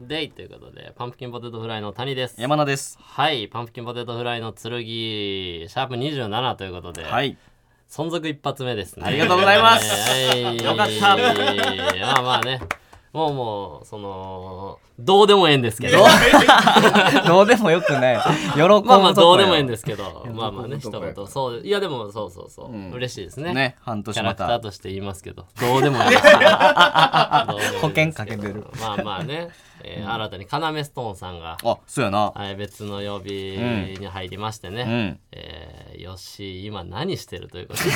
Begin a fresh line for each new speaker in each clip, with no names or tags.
デイということでパンプキンポテトフライの谷です
山名です。
はいパンプキンポテトフライの剣シャープ27ということで、
はい。
存続一発目ですね
ありがとうございます
はい
よかった
まあまあねもうもうそのどうでもええんですけど
どうでもよくない。喜ぶとこ
まあまあどうでもいいん
で
ですけどまあまあね
ど
一
こや
言そういやでもそうそうそう、
うん
嬉しいですね
すね。半
キ
年
ャラ
ま
クター
た。
として言いますけどどうでもいいですけどどうでもいいです
保険かけてる
まあまあね、えー新たに要ストーンさんが
あ、そうやな。
はい、別の曜日に入りましてね、
うん。
えー、よし今何してるということ で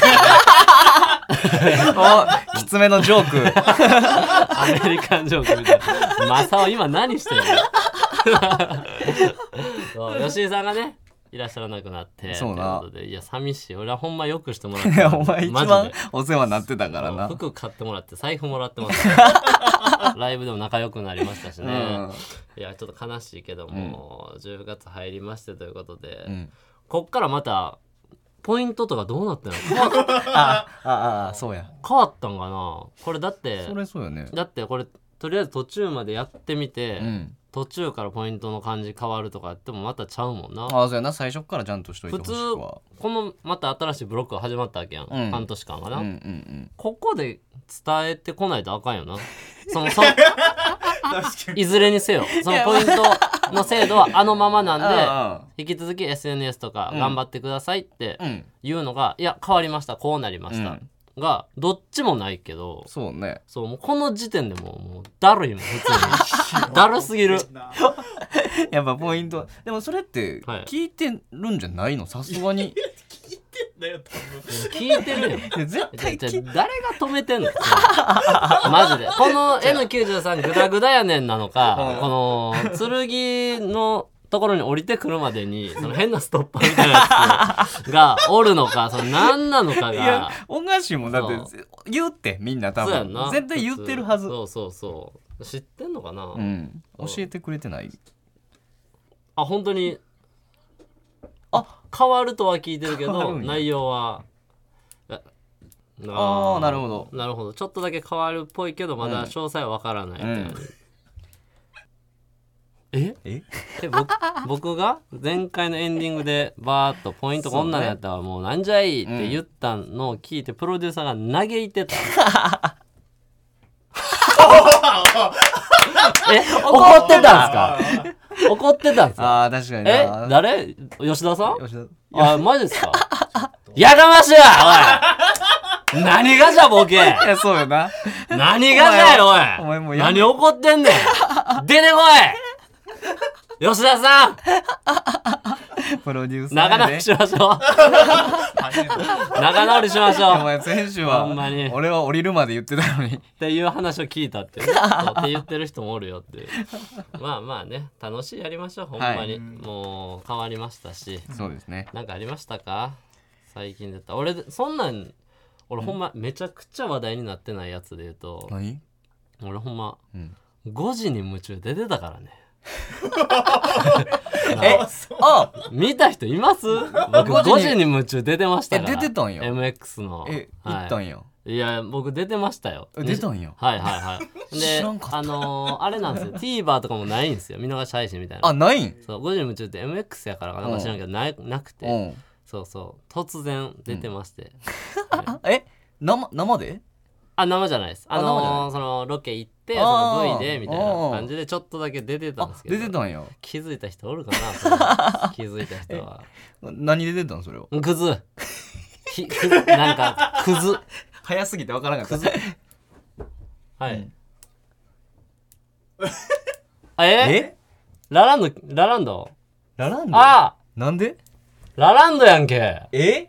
お、きつめのジョーク。
アメリカンジョークみたいな「マサオ今何してるの? そう」吉井さんがねいらっしゃらなくなって
そうな
ということでいや寂しい俺はほんまよくしても らって
いや、お前一
マジ
番
で
お世話になってたからな。
服買ってもらって財布もらってます からライブでも仲良くなりましたしね、
うん
いやちょっと悲しいけども、10月入りましてということで、
うん。
こっからまたポイントとかどうなってんの
あ、あ、あ、そうや。
変わったんかなこれだって
それそうよね。
だってこれとりあえず途中までやってみて、
うん。
途中からポイントの感じ変わるとかやってもまたちゃうもんな
あ、そうやな。最初からちゃんとしといて
普
ほし
通
くは
こ。のまた新しいブロックが始まったわけやん、
うん
半年間か
う
な、
んうんうん。
ここで伝えてこないとあかんよな そのそいずれにせよそのポイントの制度はあのままなんで
あ
引き続き SNS とか
うん
頑張ってくださいって
あうん。
いうのが、いや変わりましたこうなりました、
うん
がどっちもないけど
そうね。
そうもうこの時点でもうもうだるいもん普 通にだるすぎる
やっぱポイント。でもそれって
はい
聞いてるんじゃないのさすが に。
聞いてるよ
いや絶対
じゃ
聞い
誰が止めてんのマジでこの N93 グダグダやねんなのかこの剣のところに降りてくるまでにその変なストッパーみたいなやつがおるのかその何なのか
いや
が、
おかしいもん。だって、言うって、みんな多
そうや
分
んな。
絶対言ってるはず。
そうそうそう知ってんのかな、
うん。
そ
教
う
えてくれてない。
あ本当に
あ
変わるとは聞いてるけ
変わる
ど
んや
内容はあ
あーなるほど
なるほどちょっとだけ変わるっぽいけどまだ
うん
詳細はわからないみたいな、
うん
え
え
え僕 僕が前回のエンディングでバーッとポイントこんなんやったわもうなんじゃいって言ったのを聞いてプロデューサーが嘆い てたえ怒ってたんすか 怒ってたんすか
ああ、確かに
え
な。
誰吉田さん
吉田
あマジですかやかましいわおい何がじゃボケ
いや、そうよな。
何がじゃよおい
お前もうやめ
何怒ってんねん出てこい吉田さん
プロデューサー
仲
や
直
で
り。しましょう仲直りしましょ
お
うっ
前、選手
ほんまに
は、俺は降りるまで言ってたのに。
ていう話を聞いたってねそうって言ってる人もおるよっていうまあまあね楽しいやりましょうほんまに、
はい
もう変わりましたし
そうですね。
なんかありましたか最近だったら俺そんなん俺ほんまめちゃくちゃ話題になってないやつで言うと
何
俺ほんま
うん。
5時に夢中で出てた からね
え、あ
見た人います僕5
5時に
時に夢中出てましたから
え出てたんや
MX の
え、
はい
行ったんや。
いや僕出てましたよ
え出たんや。
はいはい はいで
知らんかった
あのーあれなんです よ TVer とかもないんですよ見逃し配信みたいな
あ、ないん
そう5時に夢中って MX やからかなんか知らんけどななくて、
うん。
そうそう突然出てまして、
あえ、生、生で
あ生じゃないですあ
あ生じゃな
のーそのロケ行ってそ
あー
の V でみたいな感じでちょっとだけ出てたんで
あ
す、けど
出てたんや。
気づいた人おるかなそ れ気づいた人は
何で出てたんそれは。
ク ズひくずなんかクズ
早すぎてわからなかった。
はい、あえ
え
ラランドラランド
ラランド
あ
なんで
ラランドやんけ
え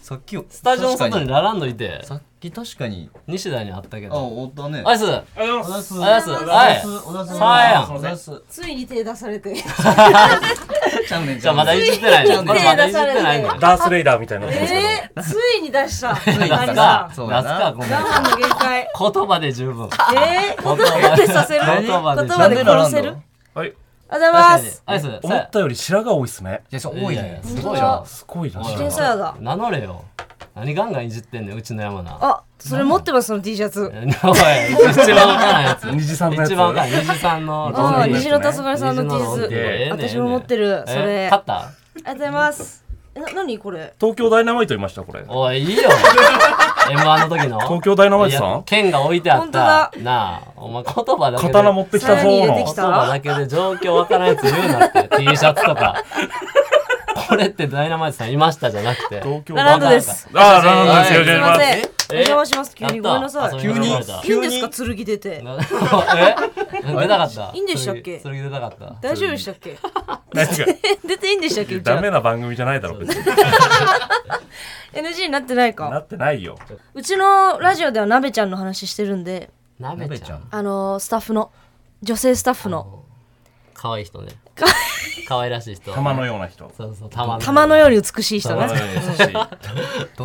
さっきを
スタジオの
確か
外
に
にラランドいて
さっき確かに
西田にあったけ
あ
ど
おったね
アイスアイ
ありがとうございま
ス
スはい
おだす
さあやん
おだす
ついに手出さ れて。
ちゃうねん
じゃあまだいじってない
ち
ね
ゃ う
こ
ね
れ
ん
まだいじってないね
すダースレイダーみたいな
えー、ついに出した。つい
出すか出す
そうだな
かごめん
我慢の限界。
言葉で十分
えー、
言
言
葉
葉
で
でさせる。
言葉で
言葉で殺せ
なん
る
で。
はい
あざ
確か
ま
に
す。
アイス
思っ
さ
たより白が多いですね
いやそう
や
多い
やや
ね
すごい
本当だ
よ
すごいな
おい
天才やだ。
名乗れよ何ガンガンいじってんねんうちの山名
あ、それ持ってますその T シャツ
お。い一番わからんやつ
虹さんのやつ
一番わからん虹さんの
あー、
あ ー
虹の黄昏さんの T シャ
虹の
ツ。
ええねん
私も持ってる
え
それ
え勝った
ありがとうございます。え、な、なにこれ。
東京ダイナマイトいましたこれ
おいいい よ M1 の時の
東京ダイナマイトさ
い
ん
や剣が置いてあっ
本当だ
たなあお前言葉だけで
刀持ってきたぞ
さらに入れて
の
き
言葉だけで状況わからんやつ言うなって T シャツと かこれってダイナマイトさんいましたじゃなくて
東京
ラランドです。
あーラランドですよ
は
ろ
い
し
すいませ
くお願いし
ん。お邪魔します。急
やっ
に
た
ごめんなさい。
遊びに来られ
急
た
に
いいんですか剣出て。
なえ 出たかった
いいんでしたっけ
それ出たかった
大丈夫でしたっけ
ます何が
出ていいんでしたっけうち
ダ
ら
メな番組じゃないだろ別に
NG になってない
な
か
ってないよ
うちのラジオでは鍋ちゃんの話してるんで
なべ
鍋
ち
ち
ゃ
ゃ
ん
ん
あのースタッフの女性スタッフの
可愛い人ね可愛らしい人
玉のような人
そうそう玉の
玉のより美しい人
玉の
ね
ように優しい
ど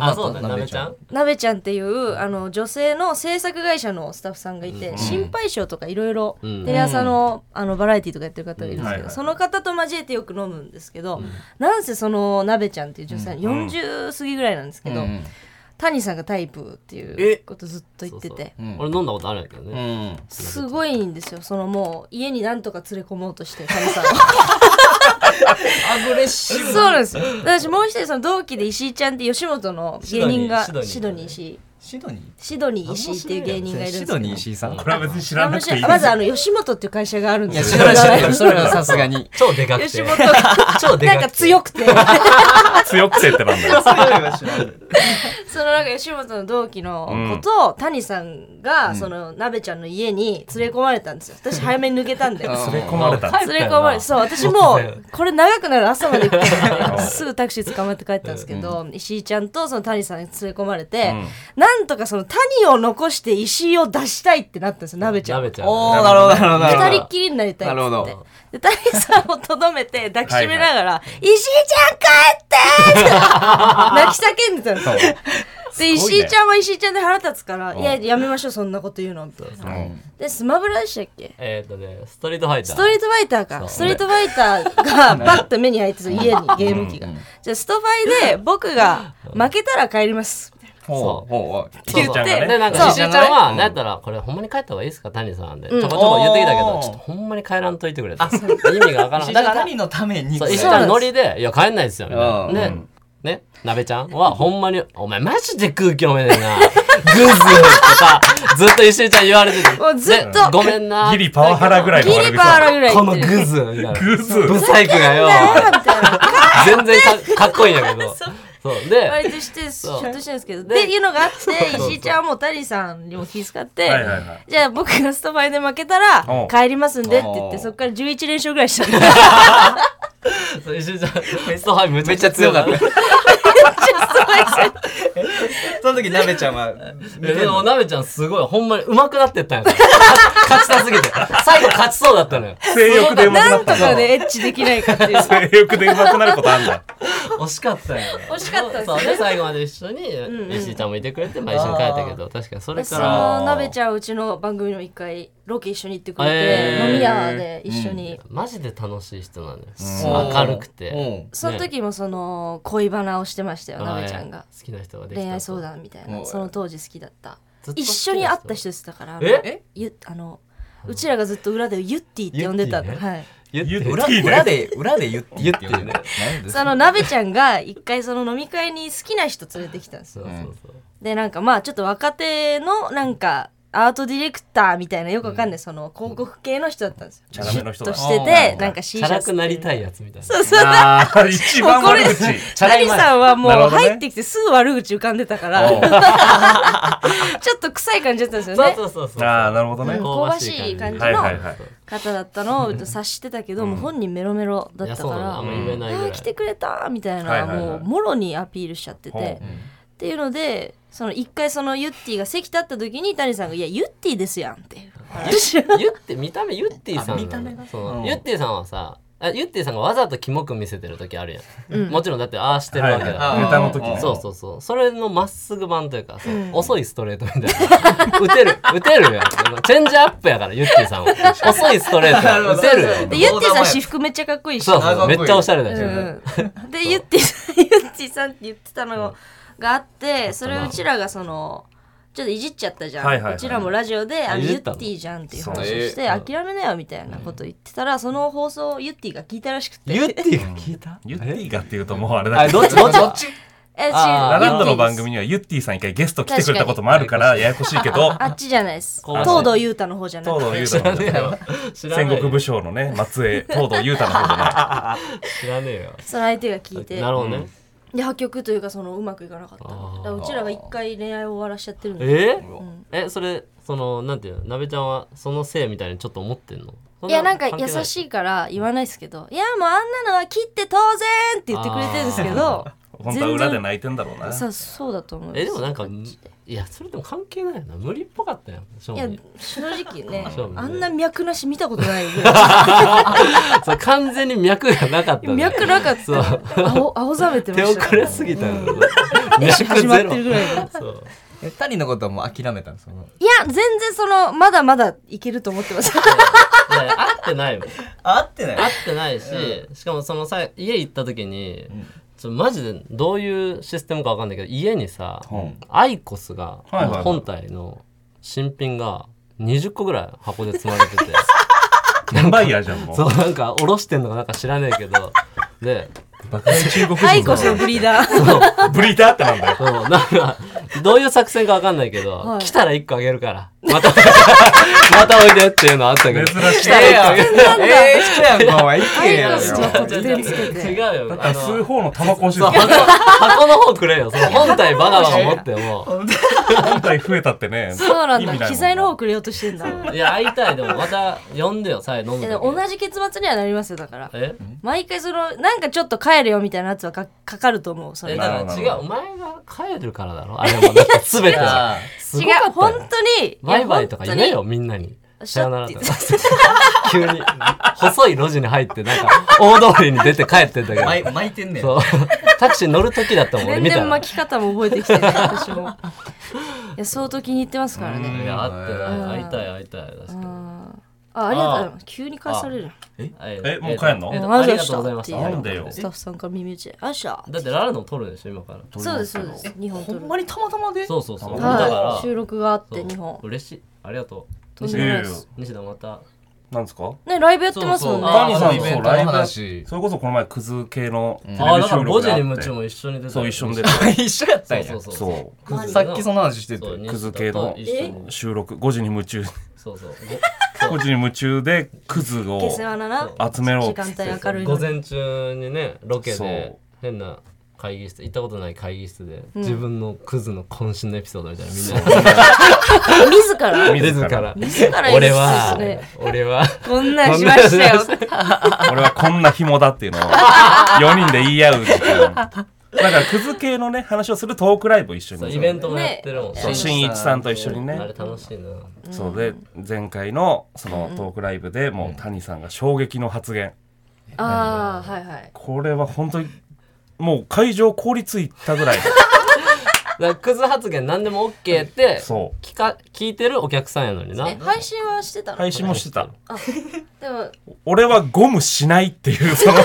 あそうだなべちゃん
鍋ちゃんっていうあの女性の制作会社のスタッフさんがいて、心配性とかいろいろ
うん
テレ朝のあのバラエティとかやってる方がいるんですけど、
うんはいはい
その方と交えてよく飲むんですけど、なんせその鍋ちゃんっていう女性、40過ぎぐらいなんですけど、
うん
谷さんがタイプっていうことずっと言ってて。
そうそう俺飲んだことあるんやけど
う
ね
ん
すごいんですよそのもう家になんとか連れ込もうとして谷さんを
アグレッシ
そうなんですよ私もう一人その同期で石井ちゃんって吉本の芸人が
シドニー
シドニー石
シ
井
ドニ
シドニー石井っていう芸人がい
ー
るんです
シ
け
ド
ど
ニー石井さん
こ
これは別に知らなくていい
あまずあの吉本っていう会社があるん
い
で
や
す
知
よ
らない知らないそれはさすがに
超でかく
吉
て
本
超でかくて
なんか強くて
強くてってなんだよ
そのなんか吉本の同期の子と谷さんがその鍋ちゃんの家に連れ込まれたんですよ私早めに抜けたんで
連れ込まれた
帰ったよな
連れ込まれそう私もうこれ長くなる朝まで行くからねすぐタクシー捕まって帰ったんですけど、石井ちゃんとその谷さんに連れ込まれて、なんとかその谷を残して石井を出したいってなったんですよ鍋ちゃ
なんべ
二
ちゃん
おーなるほどなるほどなるほど
人っきりになりたいっつ
なる
っ
ほ
て
ど
で谷さんをとどめて抱きしめながら「石井ちゃん帰って!」って泣き叫んでたんですよ。で
ごいね
石井ちゃんは石井ちゃんで腹立つから「いややめましょうそんなこと言うの」みたいな。でスマブラでしたっけ
えーっとねストリートファイター
ストリートファイターか。ストリートファイターがパッと目に入 ってた家にゲーム機が。じゃあストファイで僕が負けたら帰ります。
ほうほうほう
そうそう
ちゃんがね
でなん
そ
か
う
石井ちゃんはなんやったらこれほんまに帰った方がいいですか谷さんでちょこちょこ言ってきたけどちょっとほんまに帰らんといてくれと意味がわからん
石井
だ
さ
か
ん
ら
谷のために
そう、石
そう
田
なん
の
で
ノリ
す
で、いや、帰んないですよ、みたいな。ね、ね、なべちゃんは、ほんまに、お前マジで空気読めねえな。グズとか、ずっと石井ちゃん言われてて。
もうずっと
でごめん な。
ギリパワハラぐらい
ギ
の
リパワラぐらい
こ
言
の
って
グ
る。
ズみたいな。
グズ
ブサイク がよ。
みたいな
全然かかっこいいんやけど。 そう。で、
割としてシ
そう
ュッとしてるんですけど。っ
で
ていうのがあって、石井ちゃんはもう谷さんにも気遣って
はいはいはい、
じゃあ僕がストファイで負けたら
おう
帰りますんでって言っ
お
て、
う
そこから11連勝ぐらいしたんです。
そう石井ちゃん、ストハイめ。
めっちゃ強かったたその時なべちゃんは
えでも、なべちゃんすごい、ほんまに上手くなってったんやから。 勝ちたすぎて。最後勝ちそうだった のよ。
性欲でうまく
な
なんっ
とか
た
ね、エッチできない かっていう。
性欲でうまくなることあんだ
惜しかったよね
惜しかったです
そ
ね
うね最後まで一緒に石井ちゃんもいてくれてまあ一緒に帰ったけど確かにそれ
そ
から
の鍋ちゃんうちの番組にも一回ロケ一緒に行ってくれて、
えー
飲み屋で一緒に、
マジで楽しい人なんです
うん
明るくて
うん
その時もその恋バナをしてましたよ
はい
鍋ちゃんが
好きな人ができた
恋愛相談みたい
お
ないその当時好きだった
ずっと好きな人
一緒に会った人ですだから
え
え
ゆあのうちらがずっと裏でユッティって呼んでたの、
ユッティ
はい
言っ
言って
て
裏
いいね
裏で裏で言って言って
言ってね
ね何です
その鍋ちゃんが一回その飲み会に好きな人連れてきたんです
そ
よ
うそうそう
でなんかまあちょっと若手のなんかアートディレクターみたいなよくわかんない、その広告系の人だったんですよ。
チャラめの人だ
として
あ
て
ー
なんか C
チ
シ
ャ
ャ
ラ
ツ
くなりたいやつみたいな。
そうそう
あー一番悪口。
チャラ
タ
い
リ
前
さんはもう
なるほどね
入ってきてすぐ悪口浮かんでたから、
おう
ちょっと臭い感じだったんですよ
そう
ね
そうそうそう。
ああ、なるほどね。
香ばしい感じ
はい
の
はいはい。
方だったのを察してたけど、もう本人メロメロだ
い
っ
や
た
そ
か
うなの
ら
あんま言えないぐ
あ
ら
ー
い。
来てくれたみたいな、
はいはいはい
もうもろにアピールしちゃってて、
ほう
っていうのでその一回そのユッティが席立った時に谷さんが「いやユッティですやん」っていう話を
ユッテ見た目ユッティさん見た目がそうユッティさんはさあユッティさんがわざとキモく見せてる時あるやん、もちろんだってああしてる
はい
わ
は
け
い
だから、
はいネタの時ね。
そうそうそうそれのまっすぐ版というか、そう遅いストレートみたいな打てる打てるやんチェンジアップやからユッティさんは遅いストレートや打てるよ
そうそう
でユッティさん私服めっちゃかっこいいし
そうそう
あかっこい
め
い
っちゃおしゃれだし、
うんでゆってさん ゆってさんって言ってたのがあってそれをうちらがそのちょっといじっちゃったじゃん、
はいはいはいう
ちらもラジオで「あの
い
ゆ
じ
っ
ってたの
ぃじゃん」っていう
そう
話をして「諦めなよ」みたいなこと言ってたらその放送をゆってぃが聞いたらしくて
ユッティが聞いた
ユッティがっていうともうあれだ
あ
けど。
どっちどっちどっち
え違う
あー
ララン
ゆってぃ
ドの
です
番組にはユッティさん一回ゲスト来てくれたことも あるからややこしいけど、
あっちじゃないです
こう
東堂裕太の方じゃな
東
く
堂
て
優太の方じ
知らねえ
ゃない戦
よ
国武将のね、松江、東堂優太の方じ ゃ
知らねえよ
その相手が聞いて
なるほどね、
で破局というかそのうまくいかなかっただからうちらが一回恋愛を終わらしちゃってるんで
えーえそれそのなんていうのなべちゃんはそのせいみたいにちょっと思ってんの
いやなんか優
い
しいから言わないですけど「いやもうあんなのは切って当然!」って言ってくれてるんですけど
本当は裏で泣いてんだろうな。
さそうだと思う
えでもなんかいやそれでも関係ないよな無理っぽかったよ正
いや
味
正直ね
そうね
あんな脈なし見たことない よね
それ完全に脈がなかったね
脈なかった青青ざめてま
手
した
遅れすぎたの脈
始ま
ゼ
って
ロ
るぐらいの
そう
え谷のことはもう諦めたんですか
いや全然そのまだまだいけると思ってま す
いや合ってないもん
合ってな
合ってないし、しかもそのさ家行った時に、ちょマジでどういうシステムかわかんないけど家にさ、
うん
アイコスが、
はいはいはい
本体の新品が20個ぐらい箱で積まれてて
転売ヤーじゃん、もう。
そうなんかおろしてんのかなんか知らねえけどで
爆買い中国人だ
アイコスのブリー ダー
ブリーダーってなんだよ。
そうなんかどういう作戦かわかんないけど、
はい
来たら1個あげるからまた またおいでっていうのあったけど
珍しい。
ええやん。ええ人やんか、お前。い
ア
け
イ
や
コ
ん
スのこ
よ。
と全つけて
違うよ
だっ
あ
たら
の
吸う方のタバコ欲しい。
そう箱箱の方くれよその本体バカバカ持って も
本体増えたってね。
そうなん
意味いも
だ機材の方くれようとしてんだ
いや会いたいでもまた呼んでよさえ飲む
い
時
やでも同じ結末にはなりますよだから
え
毎回そのなんかちょっと帰るよみたいなやつはかかかると思うそれ
え
違う
だから
なるほ
違
ど
うお前が帰るからだろあれもなんか全てが
あ
すごかった
本
よ
当に
バイバイとか言えよ
い
みんなに
や
さよなら
シ
と
ャッ
か
て
急に細い路地に入ってなんか大通りに出て帰ってったけ
ー
ど
巻い巻いてんねん。
そうタクシー乗る時だったもん 俺
全
見た
然
ら
巻き方も覚えて きてね私もいや相当気に入ってますから
い
ね
や会ってない会いたい会いたい確かに
あありがとうございます急に返される
え
えもう帰んの
えっと
あ
あ
り
り
が
が
と
と
う
う
ご
ご
ざ
ざいました
いまし
た。
なんだよ
ス。タッフさんから耳打ちであっしゃ
だってララの撮るでしょ今から。
そうですそうです日本撮る
にたまたまで
そうそうそう。だ
はい
か
収録があって
ら
日本
嬉しい。ありがとう。
とん
西田
でもない
いやい
で
や
す
西田また。
なんですか
ねライブやってますも
そう
ん
そう
谷
ね
さ
あ
ん
のイベン
そう
トの
ライブやっ
話
それこそこの前クズ系のテレビ収録
ああ
があ
だ
って
から5時にムチも一緒に出た。
そう一緒に出
た。
て
一緒やったんや
そう。そうそう。
そ
さっきその話してて。
そう
クズ系の
西田と一緒に
う収録5時に夢 中
そうそう。
5時に夢中でクズを
下世話だな
集めろ
時
っつ
間
って
帯明るいの
午
に
前中にねロケ
そ
で
う
変な会議室行ったことない会議室で自分のクズの渾身のエピソードみたいなみんな
自ら
自ら
自ら
俺は
言うんです
俺は
こんなんしまし たよ
こんなんし
俺はこんな紐だっていうのを4人で言い合う時間だからクズ系のね話をするトークライブを一緒に
イベントもやってるもんね
そう新一さんと一緒に
あれ
ね
楽しいな
そうで前回のそのトークライブでもう谷さんが衝撃の発言
ああはいはい
これは本当にもう会場凍りついたぐ らい
だからクズ発言何でも OK って
そう
聞か聞いてるお客さんやのにな
え配信はしてたの
配信もしてた
でも
俺はゴムしないっていうその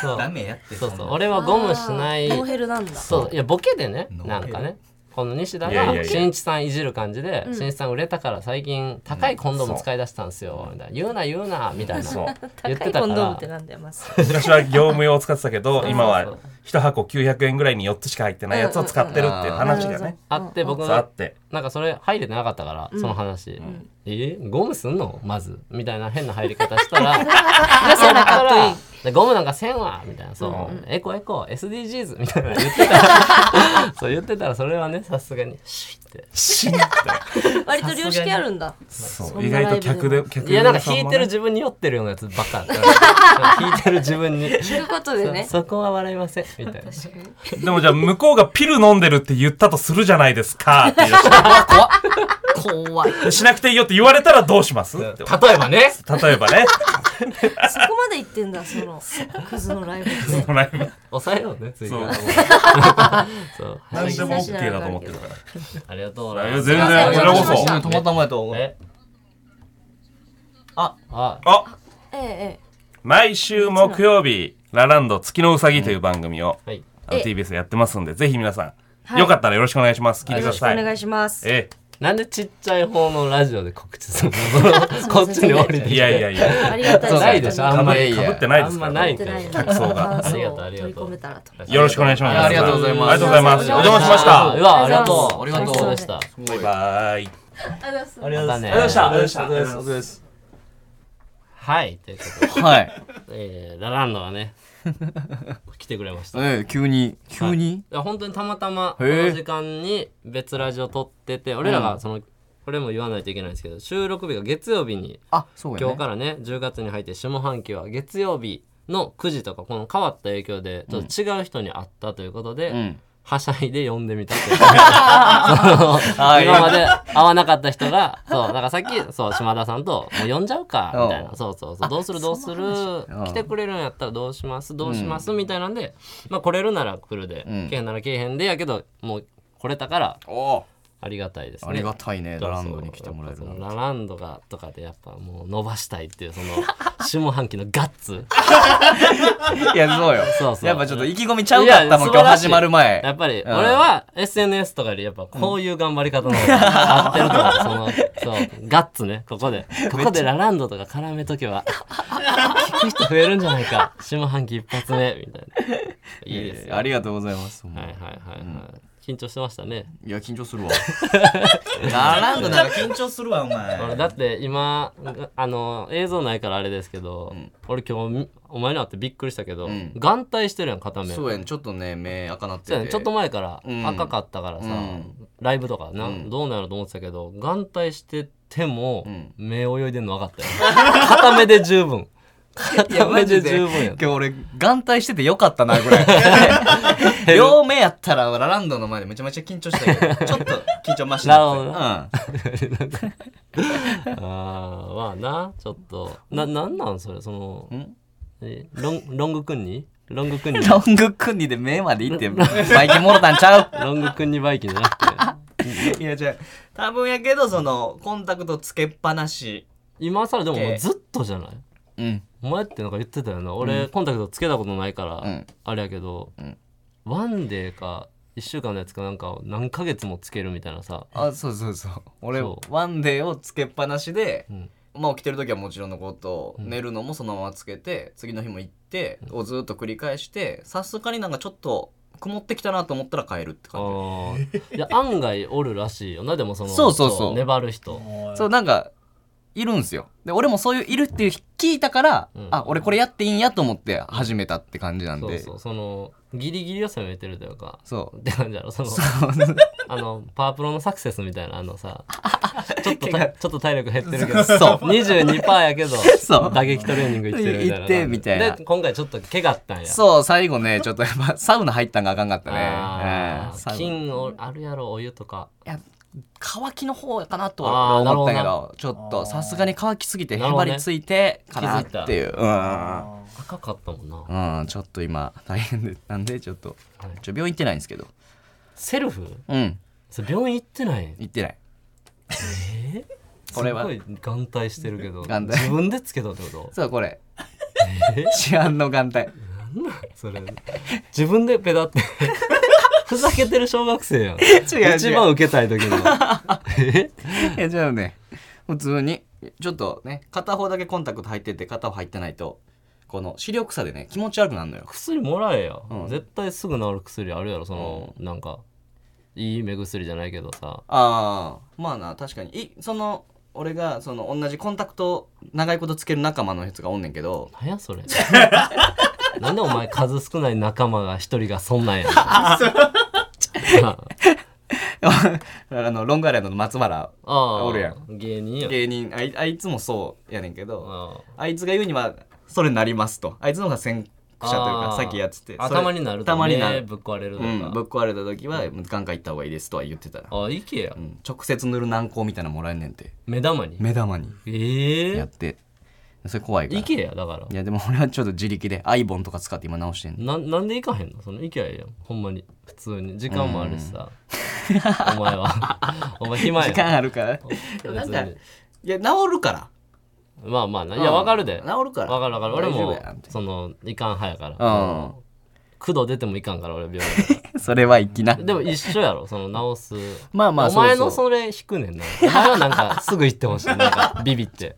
そう
ダメやって。
そうそう俺はゴムしない
ノーヘルなんだ
そういやボケでねなんかねこの西田
いやいや
が
いや
しんいちさんいじる感じで「しんいちさん売れたから最近高いコンドーム使い出したんですよ」みたいな「言うな言うな」みたいな
そう
言っ
高
て
い
た
コ
か
ンドームって
ら。
なんだよまず
昔は業務用使ってたけど今
そうそ
は
う
1箱900円ぐらいに4つしか入ってないやつを使ってるっていう話が
うんうんうん
ね
あって僕
そうあ
の
って
なんかそれ入れてなかったから、その話、えゴムすんのまずみたいな変な入り方した らでそっからでゴムなんかせんわみたいなそう、エコエコ SDGs みたいなの言ってた らそう言ってたらそれはねさすがにシュッて
シンって
割と良識あるんだ
そ
そん
う
な
意外と客で
ライブ
客
いやなんか
さも
弾
ね
いてる自分に酔ってるようなやつばっか 弾いてる自分に
ということでね
そそこは笑いませんみたいな
でもじゃあ向こうがピル飲んでるって言ったとするじゃないですかっていう
怖い。
しなくていいよって言われたらどうしますって
例えばね
例えばね
そこまで行ってんだそのクズのライブでね
そのライブ
抑えようね追加
そう
そう
何でも OK だと思ってるから
ありがとうご
い
ざい
や
ます
全然こちらこそ
たまたまやと思う。
え
あ
あ
あ
えええ
毎週木曜日「ラランド月のうさぎ」という番組を
はい
あの TBS やってますんでぜひ皆さん
い
よかったらよろしくお願いします聞い
え
て
よ
く
ろ
だ
しくお
さい
願いします
え
なんでちっちゃい方のラジオで告知す るのこっちに降りて
え
きて
いやいやいや
ありがたい
そう
です
ないでしょあんま
被
り
って被ってないですか
あんま
ら
ない
やってない
か
な
ら
客層が
あ
ありがとうあ
そう
り
取り
がと
込
う
めたらと
よろしくお願いします
ありがとうございます
ありがとうございますお邪魔しました
うわありがとう
ありがとう
ございました
バイバ
あ
イ
りがとうござい
ありがとうござい
ま
ま
し
したた。ありがとうございます。
はいということで
はい。
えーラランドがね 来てくれま したい
ええ、急に、急に。
や本当にたまたまこ
へー
の時間に別ラジオ撮ってて俺らがそのこれも言わないといけないんですけど収録日が月曜日に
あ、そうや
今日
ね。
からね10月に入って下半期は月曜日の9時とかこの変わった影響でちょっと違う人に会ったということで、
ん
はしゃいで呼んでみたというその
あー
今まで会わなかった人がそうだからさっきそう島田さんと「もう呼んじゃうか」みたいなそうそうそうどうするどうする来てくれるんやったらどうしますどうします、みたいなんで、まあ、来れるなら来るで、来へんなら来えへんでやけどもう来れたから
おお。
ありがたいですね。
ありがたいね、
そう
ラ
そう
ランドに来てもらえ
や
る
っぱ
の。
そのラランドがとかでやっぱもう伸ばしたいっていうその下半期のガッツ
いや、そうよ。
そうそう
やっぱちょっと意気込みちゃうかったもん、
いや
今日始まる前。
やっぱり
うん
俺は SNS とかよりやっぱこういう頑張り方の方が合ってると思う、そのそうガッツねここ でここでラランドとか絡めとけば聞く人増えるんじゃない か下半期一発目みたいないいです
い
よ
やありがとうございます。ほんま
はいはいはいはい、緊張してましたね
いや、緊張するわ。ラランドなんか緊張するわ、お前。
俺だって今あの映像ないからあれですけど、俺今日みお前に会ってびっくりしたけど、
ん
眼帯してるやん片目
そうやね、ちょっとね、目赤なって
そうや
て。
ねちょっと前から
ん
赤かったからさ、
うん
ライブとかな、どうなると思ってたけど眼帯してても、
ん
目泳いでんの分かったよ 片目で十分
いや
片目
マ
で
ジで
十
今
分や ん
日俺眼帯しててよかったなぐら い両目やったらラランドの前でめちゃめちゃ緊張したけどちょっと緊張増し
なるほど
なって
あーまあなちょっとななんなんそれそのえロンロング君にロング君に
うん ロングクンニで目までいってバイキンもろたんちゃう
ロング君にバイキンじゃなくて
いやじゃ多分やけどそのコンタクトつけっぱなし
今更でももうずっとじゃない
うん
お前ってなんか言ってたよな俺、コンタクトつけたことないから、あれやけど、ワンデーか1週間のやつかなんかを何ヶ月もつけるみたいなさ
あそうそうそう俺
そ
ワンデーをつけっぱなしで、
ん
まあ起きてる時はもちろんのこと、寝るのもそのままつけて次の日も行ってをずっと繰り返してさすがになんかちょっと曇ってきたなと思ったら帰るって
あ
感
ーいや案外おるらしいよなでもその
そうそうそう
粘る人
じそうなんかいるんすよで俺もそういういるっていう聞いたから、
ん
あ俺これやっていいんやと思って始めたって感じなん
そう
で
そうそのギリギリを攻めてるというか
そ
って感じやろそのあのパワープロのサクセスみたいなあの さちょっとたちょっと体力減ってるけど
そう
22%やけど
そう
打撃トレーニングいってるみたいな感じ
行ってみたいな
で今回ちょっと怪我あったんや
そう最後ねちょっとやっぱサウナ入ったんがあかんかったね、
あ
うん
ー
サウナ
金をあるやろお湯とか
いや乾きの方かなと
あ
は
ー
思ったけ
な
ど
る
ちょっとさすがに乾きすぎてへ
なるほ
ば
どね
りついてかなっていう、
赤かったもんな
うん、うん、ちょっと今大変でなんでちょっと
はい
ちょ病院行ってないんですけど
セルフ
うん
それ病院行ってない
行ってないこれは
すごい眼帯してるけど
眼帯
自分でつけたってこと
そうこれ市販の眼帯
それ自分でペダってふざけてる小学生やん
違う
一番受けたい時のえ
いやじゃあね普通にちょっとね片方だけコンタクト入ってて片方入ってないとこの視力差でね気持ち悪くなるのよ
薬もらえや、
うん
絶対すぐ治る薬あるやろその、なんかいい目薬じゃないけどさ
ああまあな確かにいその俺がその同じコンタクト長いことつける仲間のやつがおんねんけど
なんやそ れなんでお前数少ない仲間が一人がそん なんやねんあ
あのロングアイランドの松原
あ
おるやん
芸人やん
芸人あいあいつもそうやねんけど
あ
あいつが言うにはそれなりますとあいつの方が先駆者というか
あー
先やっててそれ
頭になると
たまにな
目
る、
ぶっ壊れると
う
か、
ん、ぶっ壊れた時は眼科行った方がいいですとは言ってたな、
ああいけや、
うん、直接塗る軟膏みたいなのもらえんねんて
目玉に
目玉に
え
や
え
ってそれ怖いから
いけやだから
いやでも俺はちょっと自力でアイボンとか使って今直してんの
ななんで行かへんのその行きゃええやんほんまに普通に時間もあるしさお前 はお前暇や
時
ん
間あるから
別
なん
に
かいや治るから
まあまあない
うん
やわかるで
治るから
わかるわかる俺
大丈
も
夫やんって
そのいかん派やから
うん
苦度出てもいかんから俺病院だか
それは粋な
らでも一緒やろその治す
まあまあ
お前
そ
の
うそう
それ引くねんなお前はなんかすぐ行ってほしいなんかビビって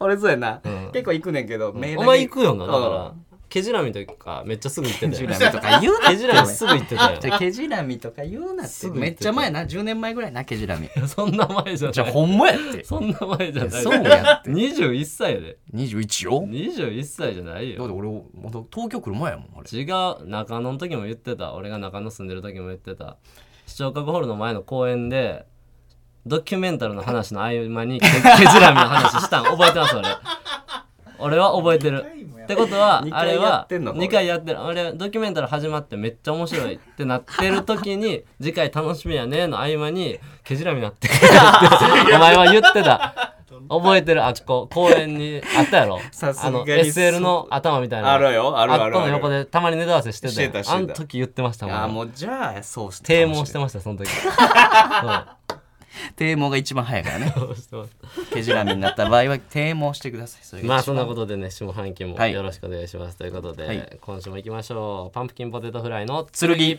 俺そうやな、
ん
結構行くねんけど目だけ
お前行くよなだか
う
らケジラミとかめっちゃすぐ行って
ケジ
たよ
ラミとか 言うな
ケジラミすぐ行ってたよ
じゃあケジラミとか言うなって
すぐ
め
言っ
っ
てた
ちゃ前な10年前ぐらいなケジ ラミ
そんな前じゃ
じゃあ
ない
ほんまやって
そんな前じゃない
そうや って
21歳やで
21よ
21歳じゃない
だっ
よ
て俺もう東京来る前やもん俺
違う中野の時も言ってた俺が中野住んでる時も言ってた視聴覚ホールの前の公園でドキュメンタルの話の合間にケケジラミの話したん覚えてます俺俺は覚えてるってことは
二
あ
回
れ
や
は
ってんのか
2回やってるあれドキュメンタル始まってめっちゃ面白いってなってる時に「次回楽しみやね」の合間に「ケジラミなってくれ」 ってお前は言ってた覚えてるあっこ公園にあったやろ
さすが
あ
に
の SL の頭みたいな
あるよあるあるある
あっこの横でたまにネタ合わせして
してたして
た
た
あの時言ってました
ああ
も
も
ん
うじゃあそうして
堤門してましたその時そう
す堤防が一番早 いからね
そうしてまし
毛じらみになった場合は堤防してくださいそれ
た
が
まあそんなことでね下半期も
はい
よろしくお願いしますということで、
はい
今週も行きましょうパンプキンポテトフライの
剣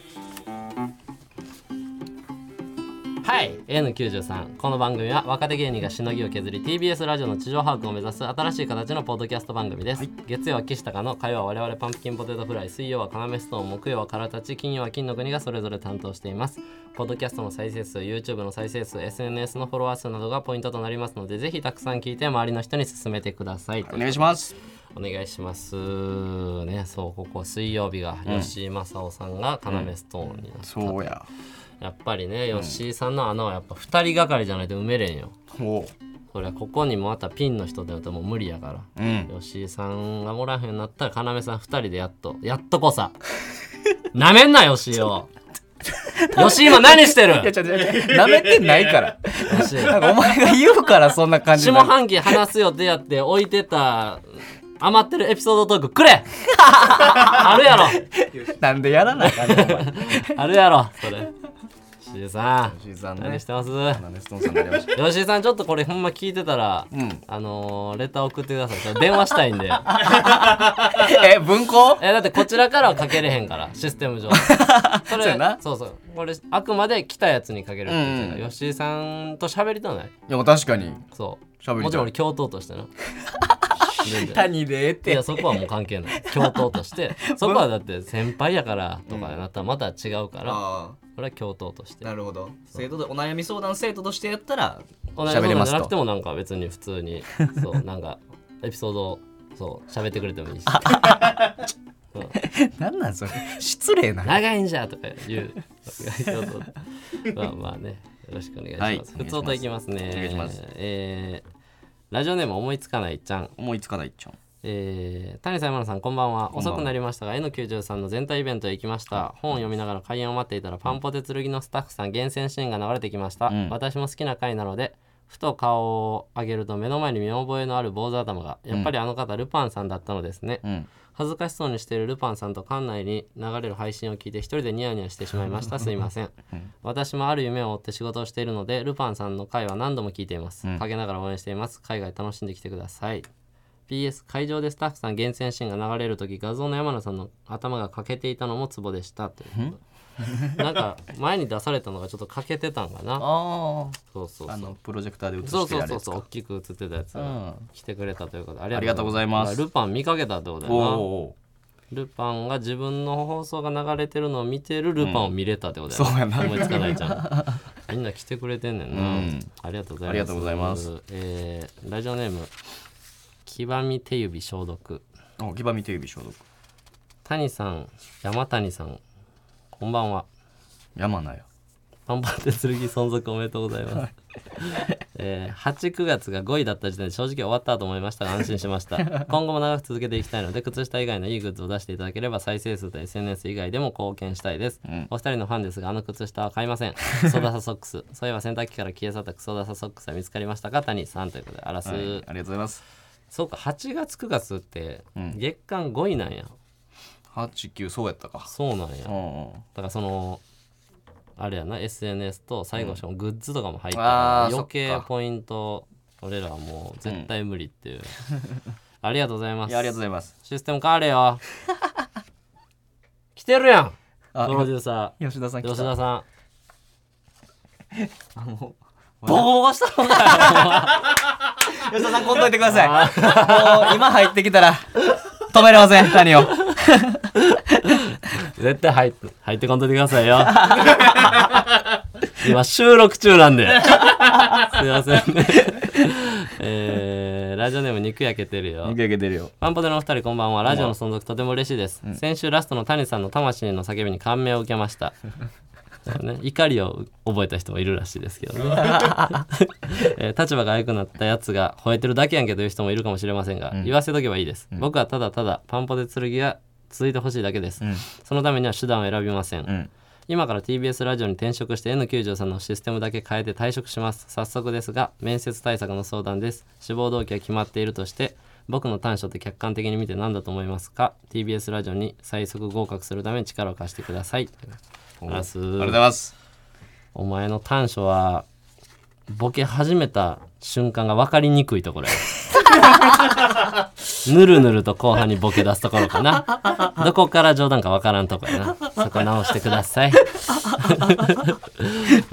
はい N93 この番組は若手芸人がしのぎを削り TBS ラジオの地上把握を目指す新しい形のポッドキャスト番組です、月曜は岸高の火曜は我々パンプキンポテトフライ水曜は要ストーン木曜はからたち金曜は金の国がそれぞれ担当していますポッドキャストの再生数 YouTube の再生数 SNS のフォロワー数などがポイントとなりますのでぜひたくさん聞いて周りの人に勧めてください
お願いします
お願いしますねそうここ水曜日が吉井正夫さんが要ストーンになったと
そうや
やっぱりね、吉井さんの穴はやっぱ2人がかりじゃないと埋めれんよ。
おう
そりゃここにもまたピンの人だともう無理やから。
うん
吉井さんがもらえへんようになったら、要さん2人でやっと、やっとこ さ。なめんな、吉井を。吉井今何してる
いやちょっとなめてないから
吉井
なんかお前が言うからそんな感じ
下
になる
半期話す予定やって置いてた余ってるエピソードトークく れあるやろ
なんでやらないかんねんお前
あるやろそれ。吉井さん、
吉井さんね
何してます
なんでストーンさんになりました
吉井さんちょっとこれほんま聞いてたら、
ん
あのーレター送ってくださいちょっと電話したいんで
え文庫
えだってこちらからはかけれへんからシステ ム上それ
そうやな
そうそうこれあくまで来たやつにかけるって言ってた
うん
吉井さんと喋りたない
いや確かに
そう
喋りたい
もちろん俺教頭と してな全然
谷でええっ
いや
て
そこはもう関係ない教頭と してそこはだって先輩やからとかになったらまた違うから、
あ
これは教頭として
あなるほど生徒でお悩み相談生徒としてやったら
同じこ
喋れ
と
ま
じ
す
ゃなくて
と
もなんか別に普通にそうなんかエピソードをそう喋ってくれてもい いし
なんなんそれ失礼な
長いんじゃとか言うそうそうまあまあねよろしくお願いします、
はい
普通といきますね
お願いします
えーラジオネーム思いつかないちゃん
思いつかないっちゃん
えー、谷さん山田さんこんばんは遅くなりましたが N93 の全体イベントへ行きました本を読みながら開演を待っていたらパンポテ剣のスタッフさん厳選シーンが流れてきました、
ん
私も好きな回なのでふと顔を上げると目の前に見覚えのある坊主頭がやっぱりあの方ルパンさんだったのですね、
ん
恥ずかしそうにしているルパンさんと館内に流れる配信を聞いて一人でニヤニヤしてしまいましたすいません、私もある夢を追って仕事をしているのでルパンさんの回は何度も聞いています、陰ながら応援しています海外楽しんできてください PS 会場でスタッフさん厳選シーンが流れる時画像の山野さんの頭が欠けていたのもツボでしたということなんか前に出されたのがちょっと欠けてたんか な
あ
そうそう
ああ
そう
のプロジェクターで映
そう
して
そ
や
う
る
そう
やつ
そう大
か
きく映ってたやつ
ん
が来てくれたということであ
ありがとうございます
ルパン見かけたってことだ
おう
な
おうおう
ルパンが自分の放送が流れてるのを見てるルパンを見れたってことだ
そうやな
思いつかないじゃ んみんな来てくれてんねんな、
うん
ありがとうございます
ありがとうございます
えーラジオネーム黄ばみ手指消毒
お牙見手指消毒
谷さん山谷さんこんばんは
山名や
頑張って剣存続おめでとうございます。えー、8、9月が5位だった時点で正直終わったと思いましたが安心しま した。今後も長く続けていきたいので、靴下以外のいいグッズを出していただければ再生数と SNS 以外でも貢献したいです。お二人のファンですが、あの靴下は買いま せん。クソダサソックス。そういえば洗濯機から消え去ったクソダサソックスは見つかりましたか谷さんということで、あらす、
はいありがとうございます
そうか、8月、9月って
ん
月間5位なんや。
89そうやったか
そうなんや。
う
だ
んうん
からその、あれやな SNS と最後しかもグッズとかも入ってるから
あー
余計
そっか
ポイント俺らはもう絶対無理っていう、 ありがとうございま
い
す
やありがとうございます
システム変われよ 来てるやんプ
あ
ロデューサー
吉田さん来た
吉田 さん
ボコボコしたのかよ吉田さん、こんといてください。もう、今入ってきたら、止めれません、何を。
絶対入って入ってこんといてくださいよ 今収録中なんで すいませんねえー、ラジオネーム肉焼けてるよ
受け受けてるよ。
ワンポテのお二人こんばんはラジオの存続とても嬉しいです、先週ラストの谷さんの魂の叫びに感銘を受けましたそうね、怒りを覚えた人もいるらしいですけ どね、えー立場が悪くなったやつが吠えてるだけやんけという人もいるかもしれませんが、言わせとけばいいです、僕はただただパンポで剣が続いてほしいだけです、そのためには手段を選びません、
ん
今から TBS ラジオに転職して N93 のシステムだけ変えて退職します早速ですが面接対策の相談です志望動機は決まっているとして僕の短所って客観的に見て何だと思いますか TBS ラジオに最速合格するために力を貸してくださいあらす
ありがとうございます。
お前の短所はボケ始めた瞬間が分かりにくいところやぬるぬると後半にボケ出すところかなどこから冗談か分からんとこやなそこ直してください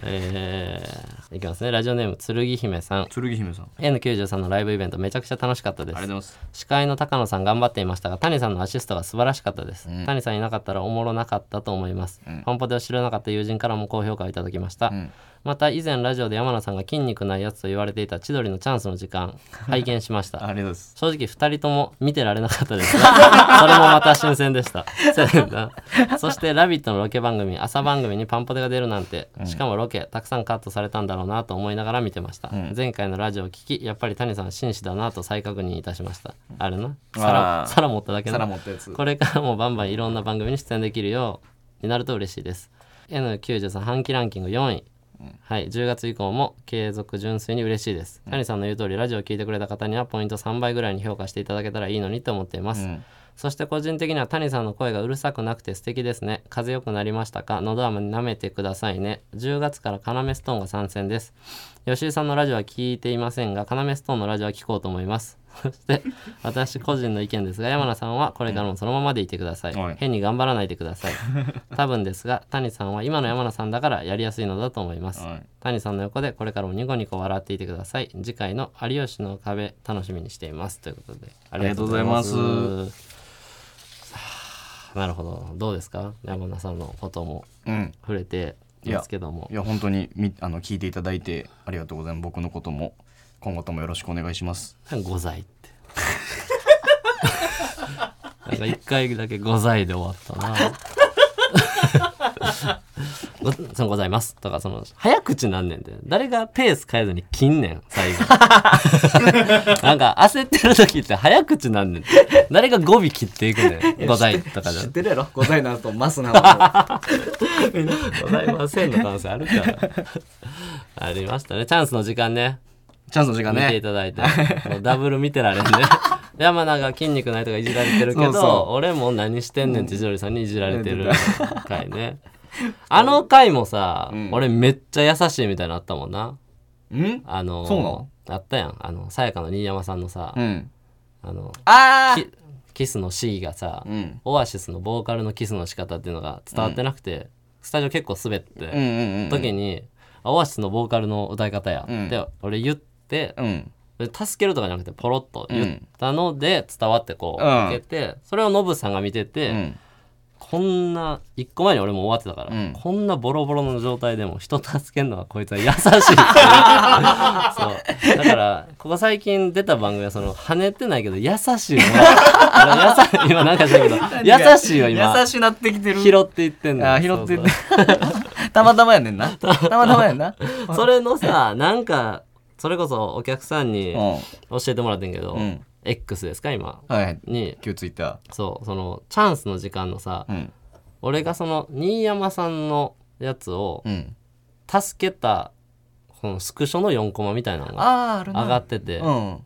えーいきますねラジオネーム剣姫さん
剣姫さん。あ
N93 のライブイベントめちゃくちゃ楽しかったです
りがとうござい
司会の高野さん頑張っていましたが谷さんのアシストが素晴らしかったです、
ん
谷さんいなかったらおもろなかったと思います、
ん
本舗で知らなかった友人からも高評価をいただきました、
ん
また以前ラジオで山名さんが筋肉ないやつと言われていた千鳥のチャンスの時 間拝見しまし
ます。あ
た
りがとうございます。
正直2人とも見てられなかったですがそれもまた新鮮でした そうやなそして「ラビット!」のロケ番組朝番組にパンポテが出るなんて、しかもロケたくさんカットされたんだろうなと思いながら見てました、前回のラジオを聞きやっぱり谷さん紳士だなと再確認いたしましたあれな
あー
皿皿持っただけな
皿持ったやつ。
これからもバンバンいろんな番組に出演できるようになると嬉しいです。N93 半期ランキング4位。はい、10月以降も継続純粋に嬉しいです。谷さんの言う通り、ラジオを聞いてくれた方にはポイント3倍ぐらいに評価していただけたらいいのにと思っています。そして個人的には谷さんの声がうるさくなくて素敵ですね。風邪よくなりましたか喉飴舐めてくださいね。10月から要ストーンが参戦です。吉井さんのラジオは聞いていませんが、要ストーンのラジオは聞こうと思います。 そして、私個人の意見ですが、山名さんはこれからもそのままでいてください。
はい
変に頑張らないでくだ さい。多分ですが、谷さんは今の山名さんだからやりやすいのだと思います。
はい
谷さんの横でこれからもニコニコ笑っていてください。次回の有吉の壁楽しみにしています。ということで、あ
りがとうございます
りがとうございますなるほど。どうですか山名さんのことも
うん。
触れてですけども
い。や、本当にみあの聞いていただいてありがとうございます。僕のことも、今後ともよろしくお願いします。
ございって。なんか一回だけございで終わったな。ごそのございますとかその早口なんねんで誰がペース変えずに切んねん最後なんか焦ってる時って早口なんねんて誰が語尾切っていくねんございとかじゃ
てるやろございなと、ますなは。
ございませんの可能性あるからありましたねチャンスの時間ね
チャンスの時間
見て
ね
い。ただいて、もうダブル見てられん ね山名が筋肉ないとかいじられてるけど
そうそ
俺も何してんねんってジョリさんにいじられてる回ねあの回もさ、俺めっちゃ優しいみたいなのあったもんなんあの
そうなの
あったやんあのさやかの新山さんのさ、
うん。
あの
あ
きキスの C がさ、
ん
オアシスのボーカルのキスの仕方っていうのが伝わってなくて、スタジオ結構滑って、
うんうんうん
時に「あオアシスのボーカルの歌い方や」
うん
で俺言って、
うん
で助けるとかじゃなくてポロッと言ったので伝わってこう
うん
受けて、それをノブさんが見てて、
うん
こんな一個前に俺も終わってたから、
うん
こんなボロボロの状態でも人助けるのはこいつは優しい そうだからここ最近出た番組はその跳ねてないけど優し いよ今なんかしたけど優しいよ今
優しなってきてる
拾っていってんの
あ拾っ てってたまたまやねんなたまたまやんな
そうそうそれのさなんかそれこそお客さんに
うん
教えてもらってんけど、
うん
X ですか今
はい
に
旧ツイッタ
そうそのチャンスの時間のさ、
ーうん
俺がその新山さんのやつを
うん
助けたこのスクショの4コマみたいなのが
あーあるな
上がってて、
うん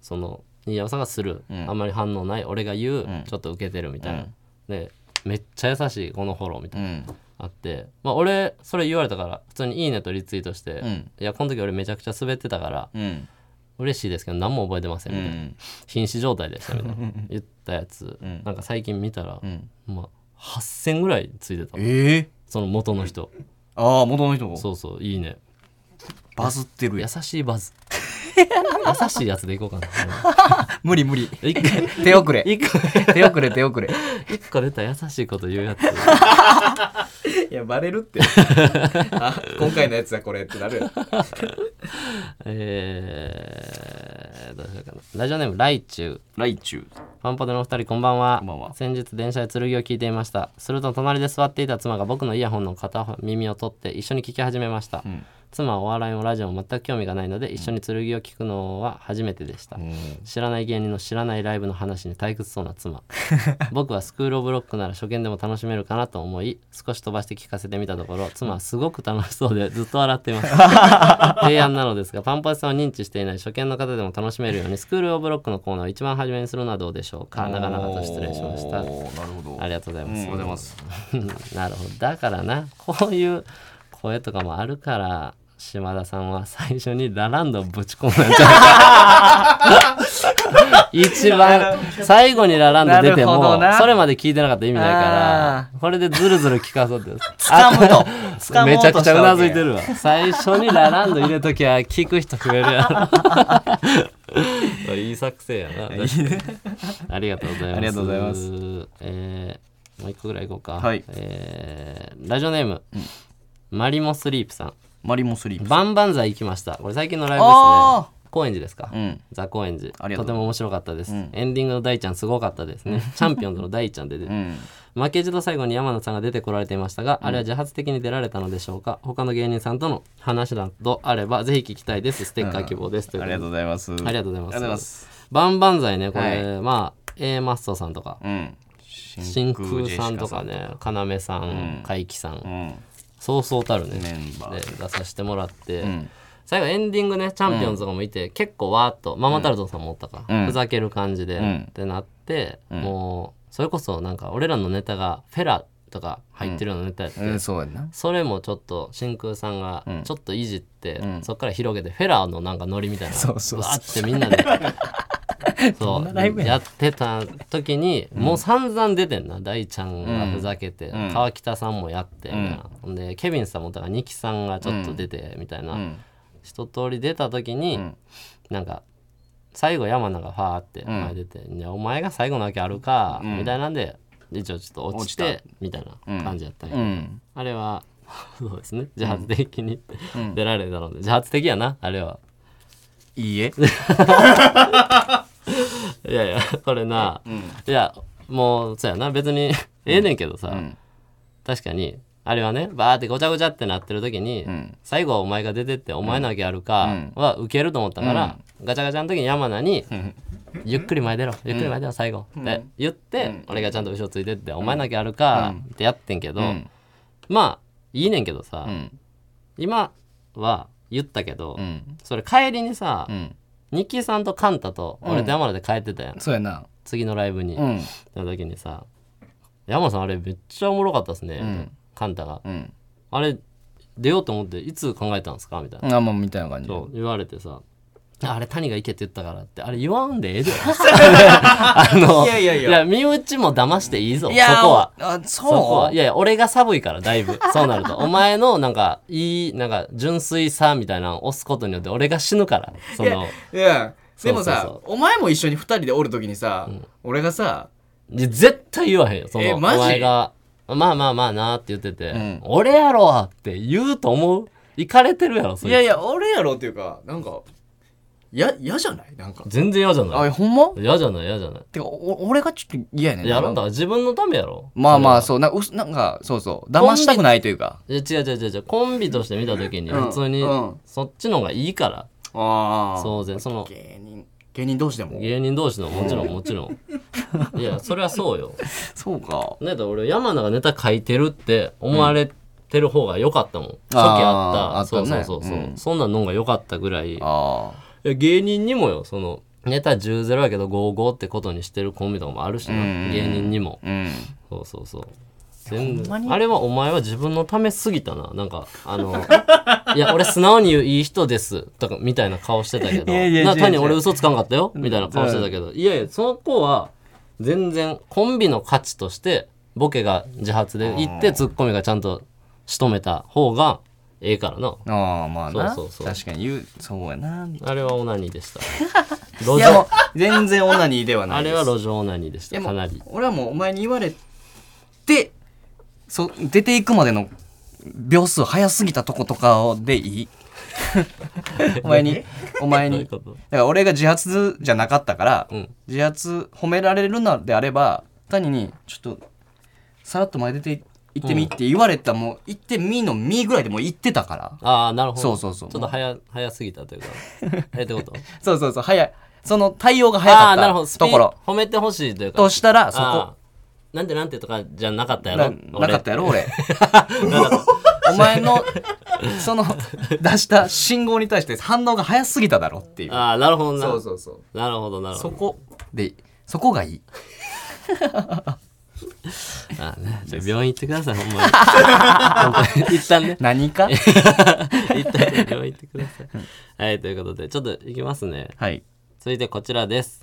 その新山さんがする、
うん
あんまり反応ない俺が言う、
ん
ちょっと受けてるみたいな、
うん
でめっちゃ優しいこのフォローみた
う
いな、
ん
あってまあ俺それ言われたから普通に「いいね」とリツイートして「
ん
いやこの時俺めちゃくちゃ滑ってたから
うん
嬉しいですけど何も覚えてません」
う
みたいな、
ん
瀕死状態でしたみたい な言ったやつ、
ん
なんか最近見たら、
ん
まあ8,000ぐらいついてた
ええ
その元の人
ああ元の人も
そうそういいね
バズってる
優
やん
しいバ ズ優しいやつでいこうかな
無理無理
一個
手遅れ
一個
手遅れ手遅 れ
一個出た優しいこと言うやつ
いやバレるって あ今回のやつはこれってなる
えー、どうしようかなラジオネームライチュウ
ライチュウ
パンパドのお二人こんばんは
こんばんは
先日電車で剣を聞いていましたすると隣で座っていた妻が僕のイヤホンの片耳を取って一緒に聞き始めました、妻はお笑いもラジオも全く興味がないので一緒に剣を聞くのは初めてでした、知らない芸人の知らないライブの話に退屈そうな 妻僕はスクールオブロックなら初見でも楽しめるかなと思い少し飛ばして聞かせてみたところ妻はすごく楽しそうでずっと笑っています提案なのですがパンパチさんを認知していない初見の方でも楽しめるようにスクールオブロックのコーナーを一番初めにするのはどうでしょうか長々と失礼しました
おーなるほど
ありがとうございます、
うんありがとうございます
なるほどだからなこういう声とかもあるから島田さんは最初にラランドをぶち込んだんじゃな いか一番最後にラランド出て
なるほ
も
どな
それまで聞いてなかったら意味ないからこれでズルズル聞かそうって
掴むと掴も
め
うと
ちゃくちゃうなずいて
る
るわ最初にラランド入れときゃ聞く人増える やろいい作戦やなありがとうございます
ありがとうございます
えーもう一個ぐらい行こうか
はい
えーラジオネームマリモスリープさん
マリモスリープ
バンバンザイ行きましたこれ最近のライブです
あ
ね高円寺ですか、
ん
ザ高円寺
ありが
と
とう
ても面白かったです、エンディングの大ちゃんすごかったですねチャンピオンズの大ちゃんで出て、負けじと最後に山野さんが出てこられていましたが、あれは自発的に出られたのでしょうか他の芸人さんとの話などあればぜひ聞きたいですステッカー希望です、という
あ
こ
り
と
がとうございます
ありがとうございます
ありがとうございます
バンバンザイねこれ、
は
まあ A マッソさんとか、
うん
真
真
空さんとかね要さん海輝さん、
うん
そうそうたるね
メンバー
で出させてもらって、
ん
最後エンディングねチャンピオンズとかもいて、結構わーっとママタルトさんもおったから、
うん
ふざける感じで、
ん
ってなって、もうそれこそなんか俺らのネタがフェラとか入ってるようなネタやって、
うんそうやんな
それもちょっと真空さんがちょっといじって、
ん
そっから広げてフェラーのなんかノリみたいな
そうそうそう
わーってみん なでそうやってた時に、もう散々出てんな大ちゃんがふざけて、川北さんもやってみたいな、ほんでケビンさんもだから二木さんがちょっと出てみたいな、
ん
一通り出た時に、なんか最後山名がファーって前出て「いやお前が最後のわけあるか」みたいなんで一応ちょっと落ちてみたいな感じやったんやけど
うん
あれは そうですね自発的に出られたので、自発的やなあれはい
いえ
いやいやこれな、いやもうそうやな別にええねんけどさ、確かにあれはねバーってごちゃごちゃってなってる時に、最後はお前が出てって「お前なわけあるか」はウケると思ったから、ガチャガチャの時に山名 に「ゆっくり前出ろゆっくり前出ろ最後」って言って、俺がちゃんと後ろついてって「お前なわけあるか」ってやってんけど、
ん
まあいいねんけどさ、
うん
今は言ったけど、
うん
それ帰りにさ、
うん
ニッキーさんとカンタと俺と山田で帰ってたやん、
そうやな
次のライブに、
うん
その時にさ「山田さんあれめっちゃおもろかったですね」カンタが、
うん
あれ出ようと思っていつ考えたんですか?」みたいな、
あまあみたいな感じ
そう言われてさあれ谷が行けって言ったからってあれ言わんでええであの
いやいやいや
身内も騙していいぞ
い
そ
や
こは
あそう
そこはいやいや俺が寒いからだいぶそうなるとお前のなんかいいなんか純粋さみたいなのを押すことによって俺が死ぬからその
いやでも
そう
さ
そう
お前も一緒に二人でおる時にさ、俺がさ
いや絶対言わへんよその
え
お
マジ
前が「まあまあまあな」って言ってて「
ん
俺やろ!」って言うと思う行かれてるやろそ
い
いつ
やいや俺やろっていうかなんかや嫌じゃないなんか
全然嫌じゃな
あ
い
ほんま
嫌じゃない嫌じゃない
てかお俺がちょっと嫌やねんな
やるんだ自分のためやろ
まあまあ
そ
そうなんかうすなんかそうそう騙したくないというか
れはいや違う違う違う違うコンビとして見た時に
うん
普通に
うん
そっちの方がいいから
ああ
当然その
芸人芸人同士でも
芸人同士のもちろんもちろんいやそれはそうよ
そうか
ねだから俺山名がネタ書いてるって思われてる方が良かったもん、初期あ
あ
っ
ー
た
あったね
そうそうそうそう、
うん
そんなんの方が良かったぐらい
あ
いや芸人にもよそのネタ10-0やけど5-5ってことにしてるコンビとかもあるしな、
うん
芸人にも
あうん
そうそうそう全然あれはお前は自分のためすぎたななんかあ のいや俺素直に言ういい人ですとかみたいな顔してたけど
いやいや
な
違う
単に
違う
俺嘘つかんかったよみたいな顔してたけどいやいやその子は全然コンビの価値としてボケが自発でいってツッコミがちゃんと仕留めた方がええからな
ああまあな
そうそうそう
確かに言うそうやな
あれはオナニーでした
い
路
やも
上
う全然オナニーではな
あ
いで
れ
す
は路上オナニーでし
で
た
も
かなり
俺はもうお前に言われてそ出ていくまでの秒数早すぎたとことかでい いお前にお前
どうい
に
うこ
だか
と
ら俺が自発じゃなかったから、
ん
自発褒められるのであれば谷にちょっとさらっと前出て行ってみって言われた、もう行ってみのみぐらいでもう行ってたから
ああなるほど
そうそうそう
ちょっと早早すぎたと いうかえってこと
そうそうそう早いその対応が早
あ
か
あ
っ
ーなるほど
た
スピ
ところ
褒めてほしいというか
としたらそこ
あーなんでなんてとかじゃなかったや
な
ろ
なかったやろ 俺お前のその出した信号に対して反応が早すぎただろっていう
ああーなるほどな
そうそうそう
なるほどなるほ
そ
ど
こでそこがいい
あー、ね、じゃあ病院行ってくださいほん まに本当に一旦ね
何か
一旦ね病院行ってくださいはいということでちょっと行きますね
はい
続いてこちらです、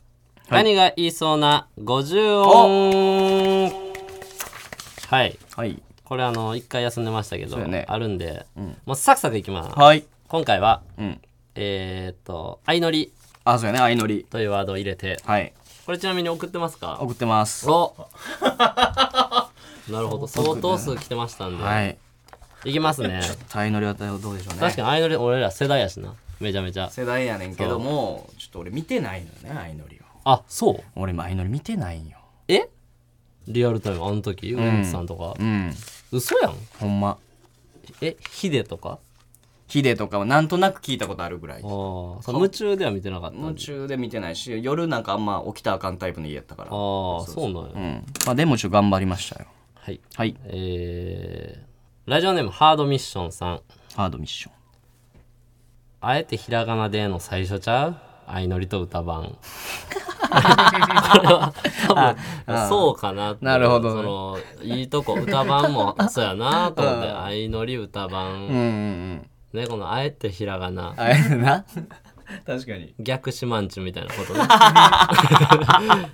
はい
何が言いそうな50音はい
はい
これあの一回休んでましたけど、
そうよね
あるんで、もうサクサクいきます、
はい
今回は
うん
えーっと「相乗り
あそうやね相乗り」
というワードを入れて
はい
これちなみに送ってますか
送ってます
おなるほど相当数来てましたんで、
はい
い、きますね
相乗りはどうでしょうね
確かに相乗り俺ら世代やしなめちゃめちゃ
世代やねんけどもちょっと俺見てないのよね相乗りを
あそう
俺も相乗り見てないんよ
えリアルタイムあの時ウエンツさんとか、
うん
嘘やん
ほんま
えヒデとか
ヒデとかはなんとなく聞いたことあるぐらい
あーそう夢中では見てなかったん
夢
で
中で見てないし夜なんかあんま起きたらあかんタイプの家やったか
あ
ら
あそうなんや、
うんまあでもちょっと頑張りましたよ
はい
はい
えー、ラジオネームハードミッションさん
ハードミッション
あえてひらがなでの最初ちゃう相乗りと歌 番これは多分そうかなって
なるほど
そのいいとこ歌番 もそうやなと思って相乗り歌番、
うんうん
ねこのあえてひらがな
あれな 確かに
逆四万十みたいなこと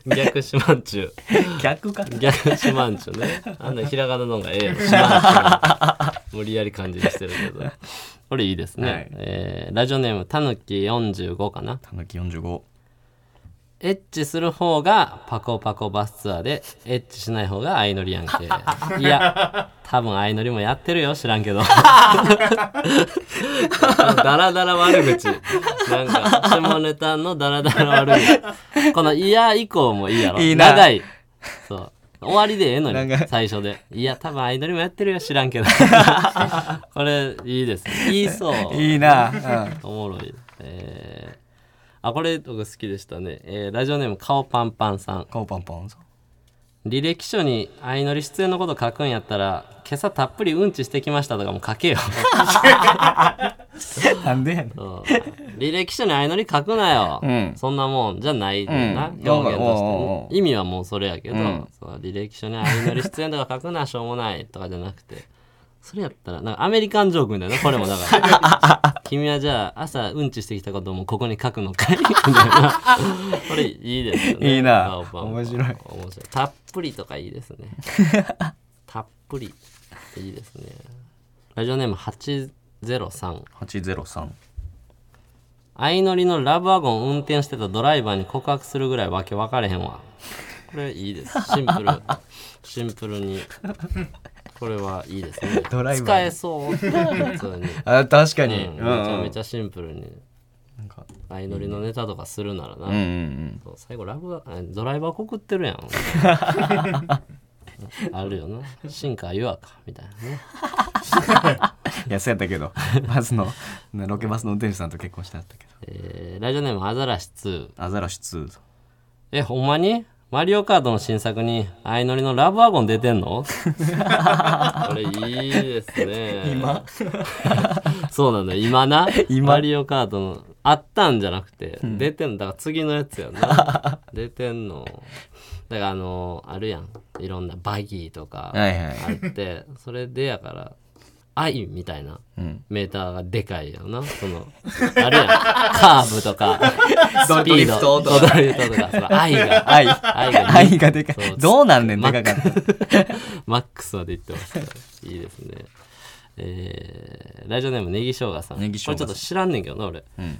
ね 逆四万十
逆か
逆四万十ねあんなひらがなの方がえ えよ四万十無理やり感じにしてるけどこれいいですね、
はい
えーラジオネームたぬき45かな
たぬき45
エッチする方がパコパコバスツアーで、エッチしない方が相乗りやんけ。いや、多分相乗りもやってるよ、知らん けど。ダラダラ悪口。なんか、下ネタのダラダラ悪口。このいや以降もいいやろ。
いいな
長い。そう。終わりでええのに
長い、
最初で。いや、多分相乗りもやってるよ、知らん けど。これ、いいですね。言いそう。
いいな、うん、
おもろい。えーあ、これ僕好きでしたね。えーラジオネーム、顔パンパンさん。
顔パンパンさん
履歴書に相乗り出演のこと書くんやったら、今朝たっぷりうんちしてきましたとかも書けよ。
なんでやねん
そう履歴書に相乗り書くなよ。
ん
そんなもんじゃないねんな、
うん
表現として
おうおうお
ね
う
意味はもうそれやけど、
ん
そう履歴書に相乗り出演とか書くのは しょうもないとかじゃなくて。それやったら、なんかアメリカンジョークみたいな、これもだから。君はじゃあ朝うんちしてきたこともここに書くのかいみたいなこれいいですよね
いいな
バオバオ
面白い
面白いたっぷりとかいい ですねたっぷりいいですねラジオネーム803
803
相乗りのラブワゴン運転してたドライバーに告白するぐらいわけ分かれへんわこれいいですシンプルシンプルにこれはいいですね
ドライバーに
使えそう普通に
あ確か
うん
に、
め
う
ち
んうん、
ゃめちゃシンプルに
か
相乗りのネタとかするならな、
うんうん
そう最後ラブあドライバー告ってる やんあるよな進化湯あかみたいなね
うんいやそうやったけどバスのなロケバスの運転手さんと結婚してあったけど
えーラジオネームアザラシ2
アザラシ2
えほんまにマリオカートの新作に相乗りのラブワゴン出てん のこれいいですね今 そうなんだよ今な
今
マリオカートのあったんじゃなくて、出てんのだから次のやつや な出てんのだからあのあるやんいろんなバギーとか
はいはい
あってそれでやから愛みたいな
うん
メーターがでかいよなそのあるやんカーブとか
ドリフトとか
ドリフトとかその愛が
愛
愛が
愛がでか
そ
いうどうなんねんでかかった
マックスまでいってますからいいですねえー、ラジオネームネギ生姜さん
ネギ生姜さ
これ
ん
ちょっと知らんねんけどな俺
うん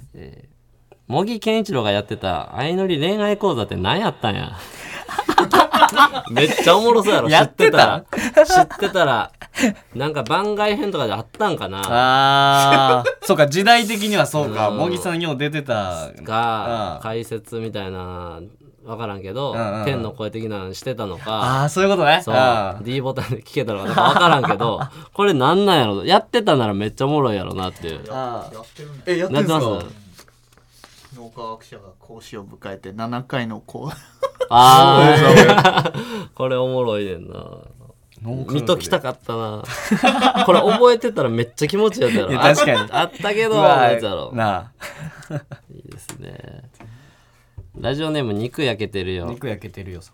茂木健一郎がやってた相乗り恋愛講座って何やったん やめっちゃおもろそうやろ
やってた
知ってたら知ってたらなんか番外編とかであったんかな
あー そうか時代的にはそうか
うん
茂木さんよう出てた
が
あー
解説みたいなわからんけど、
んうん
天の声的なのしてたのか
ああそういうことね
そう
あー
D ボタンで聞けたのかなんかわからんけ どこれなんなんやろやってたならめっちゃおもろいやろなっていう
あ
やってるんだ
えやっ
なってます
脳科学者が講師を迎えて7回の講
ああ これおもろいねんな
脳科学で
見ときたかったなこれ覚えてたらめっちゃ気持ちいいやつやろ
いや確かに
ああったけ
う
ど
わ
や
ー
つやろ
ない
いですねラジオネーム肉焼けてる
あ
よ
肉焼けてるよさ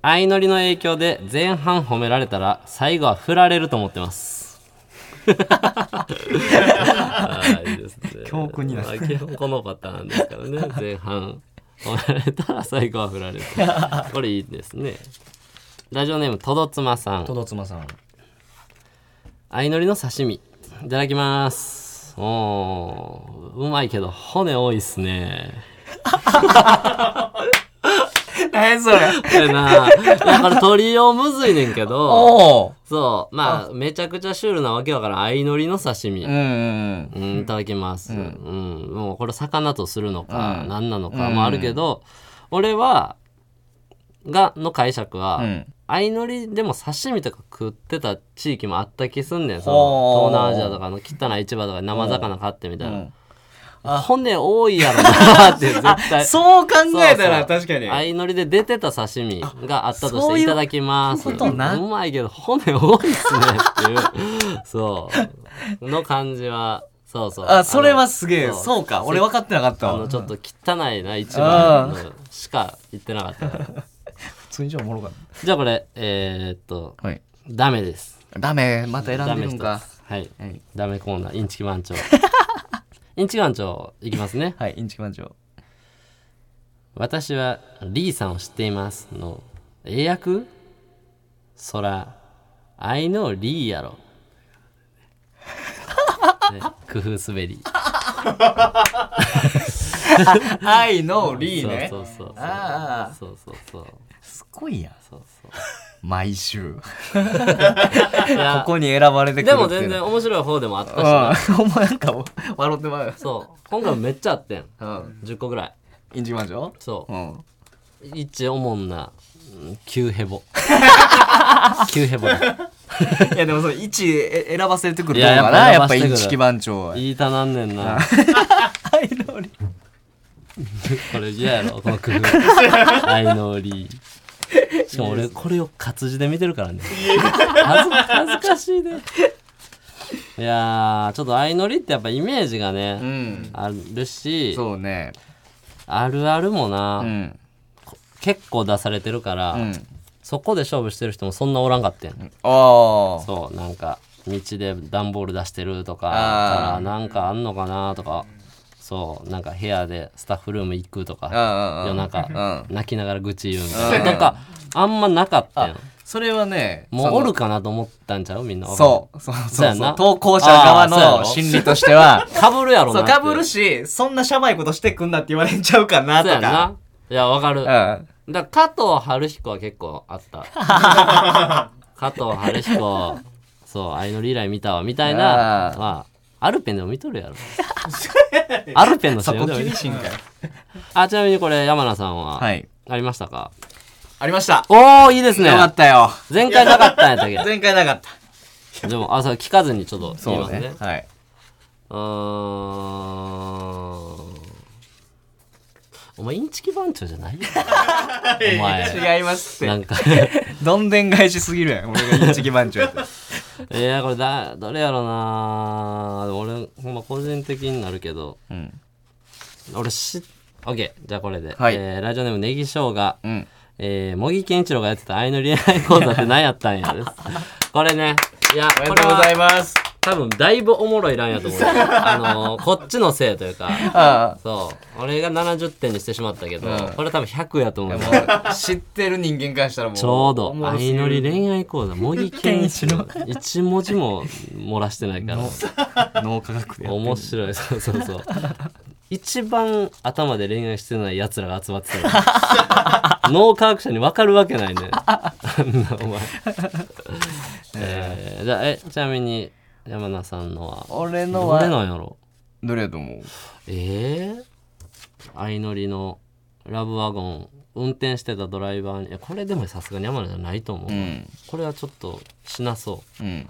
相乗りの影響で前半褒められたら最後は振られると思ってます。はいいですね
教訓になる
まあ基本このパターンですからね。前半褒められたら最後は振られる。これいいですね。ラジオネームとどつまさん。
とどつまさん
相乗りの刺身。いただきます。おーうまいけど骨多いっすね。
え それ
これな、だから鳥用むずいねんけど。
おお
そう、まあ、めちゃくちゃシュールなわけだからん、相乗りの刺身。
う
うん
うん
ん、いただきます。うん、もうこれ魚とするのか、
うん
何なのか
うん
もあるけど、俺は、が、の解釈は、
うん
相乗りでも刺身とか食ってた地域もあった気すんねん。その
ほう
東南アジアとかの汚い市場とかで生魚買ってみたいな。
あ
骨多いやろなって絶対。
そう考えた
そ
ら
うそう
確かに
相乗りで出てた刺身があったとし
そう
て
いう
いただきます。
ことな
うまいけど骨多いっすねっていう、そう、の感じは、そうそう。
あそれはすげえ
そう
そうか俺分かってなかった
あ
わ
の、ちょっと
普
汚いな、一番のしか言ってなかったから。
通にじゃおもろかっ
じゃあこれ、えーっと、
たはい
ダメです。
ダメまた選
ダ
んで
メ
る
一
ん
つ。
か
はい
はい。
ダメコーナー、インチキ 番長。インチキ番長、いきますね。
はいインチキ番長
私はリーさんを知っていますの英訳そら「I know リーやろ」ね、工夫滑り
愛のリーね
そうそうそう
ああ
そうそうそう
すごいやん
そうそう
毎週こ
いや
こに選ばれてくる
で
って
も全然面白い方でもあったしな
うんお 前なんかもう笑ってまう
そう今回もめっちゃあってん
うん
10個ぐらい
インチキ番長
そう
うん
一おもんなうん急ヘボ急ヘボだ
いやでもその位置選ばせてくる
い
の
や
かな
や
や
っ
っ
ぱ選
ぱ
ばせてくる
インチキ番長はい
言いたなんねんな
愛のリー
これ嫌やろこの工夫 相乗りしかも俺これを活字で見てるからね恥ず恥ずかしいねいやーちょっと相乗りってやっぱイメージがね、
うん
あるし
そうね
あるあるもな、
うん
結構出されてるから、
うん
そこで勝負してる人もそんなおらんかってん、
ああ
そうなんか道で段ボール出してるとか
あー
からなんかあんのかなとかそうなんか部屋でスタッフルーム行くとか夜
夜
中
う
泣きながら愚痴言うみ
う
たい
ん
ななんかあんまなかったよ
それはね
も
そうの
おるかなと思ったんちゃうみんな
そうそう
そう
そ
や
う
な
そう投稿者側
あーそうやろ
の心理としては
かぶるやろな
そう
って
かぶるしそんなシャバいことしてくんなって言われちゃうかな
そうや
とか
ないやわかる
うん
だから加藤春彦は結構あった 加藤春彦そう「愛のリライ見たわ」みたいな
あー
まあアルペンでも見と るやろアルペンの
そ
CM
こ
でも見
厳
とる
しいんかい
あちなみにこれ山名さんは
はい
ありましたか、
ありました
おおいいですね
よかったよ
前回なかったんやったけ
前回なかっ
ど
た
でもあそれ聞かずにちょっと言いますね
はい。
うーんお前インチキ番長じゃないよお前
違いますっ
な
て。
んか
どんでん返しすぎる やん。俺が一撃番長や った。
いやこれだどれやろうなでも俺ほんま個人的になるけど
うん。
俺し OK じゃあこれで、
はい
えーラジオネームネギショウが、
うん。
えー、茂木健一郎がやってた愛の恋愛講座って何やったんやです これねいや
おめ
こ
で
れ
とうござい
は
ます。
多分だいぶおもろい欄やと思うあのーこっちのせいというか
あ
そう俺が70点にしてしまったけど、
うん
これ多分100やと思う
あ。知ってる人間からしたらもう。
ちょうど
おもろすぎ
相乗
る
り恋愛講座茂木健一 郎一文字も漏らしてないから
脳科学で。
面白いそうそうそう一番頭で恋愛してないやつらが集まって たの脳科学者に分かるわけないねあんなお前、えーじゃあえちなみに山名さんのは
俺の
どれ
は、
なんやろ
どれやと思う
ええ相乗りのラブワゴン運転してたドライバーにいやこれでもさすがに山名じゃないと思う、
うん。
これはちょっとしなそう
うん。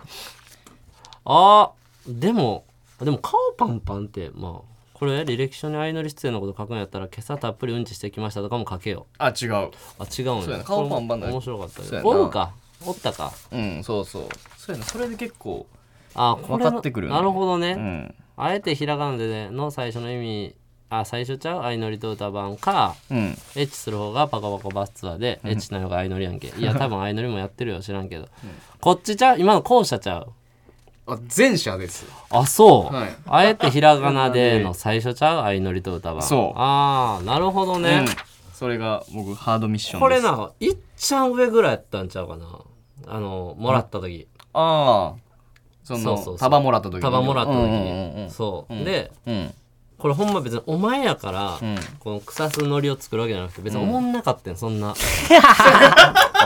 あーでもでも顔パンパンってまあこれ履歴書に相乗り出演のこと書くんやったら今朝たっぷりうんちしてきましたとかも書けよ
あ、違う。
あ違うん
そうやな
これも
顔パンパンだ
面白かったけ
そうや
ど
な
おるかおったか
うん、そうそう。そうやな。それで結構。
あこれ
わかってくるよね
なるほどね、
うん。
あえてひらがなでねの最初の意味あ最初ちゃう相乗りと歌版か
うん。
エッチする方がパコパコバスツアーでエッチな方が相乗りやんけい や多分相乗りもやってるよ知らんけど、こっちちゃう今の後者ちゃう
あ、前者です。
あそう、
はい
あえてひらがなでの最初ちゃう相乗りと歌は
そう
ああなるほど
う
ね
ん、。それが僕、ハードミッションです。
これ。ないっちゃん上ぐらいやったんちゃうかなあのもらった時、
ああ。
そ
そ
うそうそ
の、
う
束もらった時に
束もらった時、
うんうんうんうん
そう、
うん
で
うん。
これほんま別にお前やから、
うん
この草すのりを作るわけじゃなくて別におもんなかったん、そんな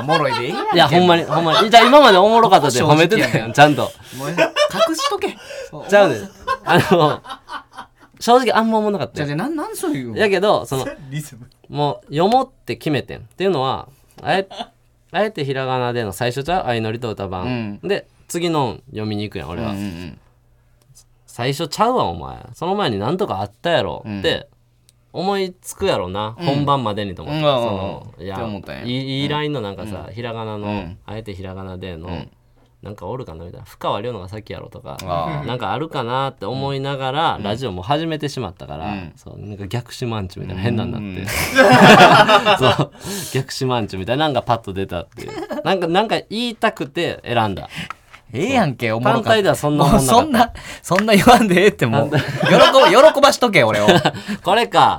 おもろいでいいやん
いやほんまにほんまにじゃあ今までおもろかったって
正
褒
直
め
やね
てたやんちゃんと
お前隠しとけ。
ちゃうねんあの正直あんま思んなかった
じ
よ
ゃあ、じゃあ、なん、なんそういう。
やけどその
リズム
もう読もうって決めてんっていうのはあえあえてひらがなでの最初じゃう相乗りと歌版、
う
で次の読みに行くやん俺は、
うんうん
最初ちゃうわお前その前になんとかあったやろって思いつくやろな、本番までにと思って、
うん
その
うん
いや
って思ったんや
いいいいラインのなんかさ、ひらがなの、
ん
あえてひらがなでの、なんかおるかなみたいな深川亮のが先やろとか
あ
なんかあるかなって思いながら、ラジオも始めてしまったから、
ん
そうなんか逆四万十みたいな変なんだって、 そう逆四万十みたいななんかパッと出たっていうなんかなんか言いたくて選んだ
ええやんけ、おもろか
単
った
体ではそんなもんな
もうそん
かっ
な、そんな言わんでええってもう。喜ば、喜ばしとけ、俺を。
たこれか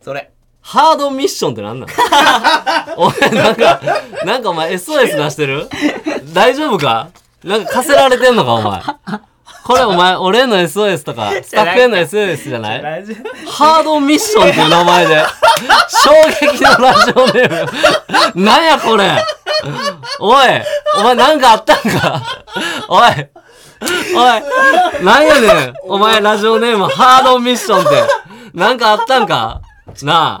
それ。
ハードミッションってなんなの お前なんかなんかお前 SOS 出してる大丈夫かなんか課せられてんのかお前これお前俺への SOS とかスタッフへの SOS じゃない
大丈夫
ハードミッションっていう名前で、衝撃のラジオネーム。なんやこれ。おい、お前なんかあったんか。おい、おい、なんやねん。お前ラジオネームハードミッションって。なんかあったんか。なあ。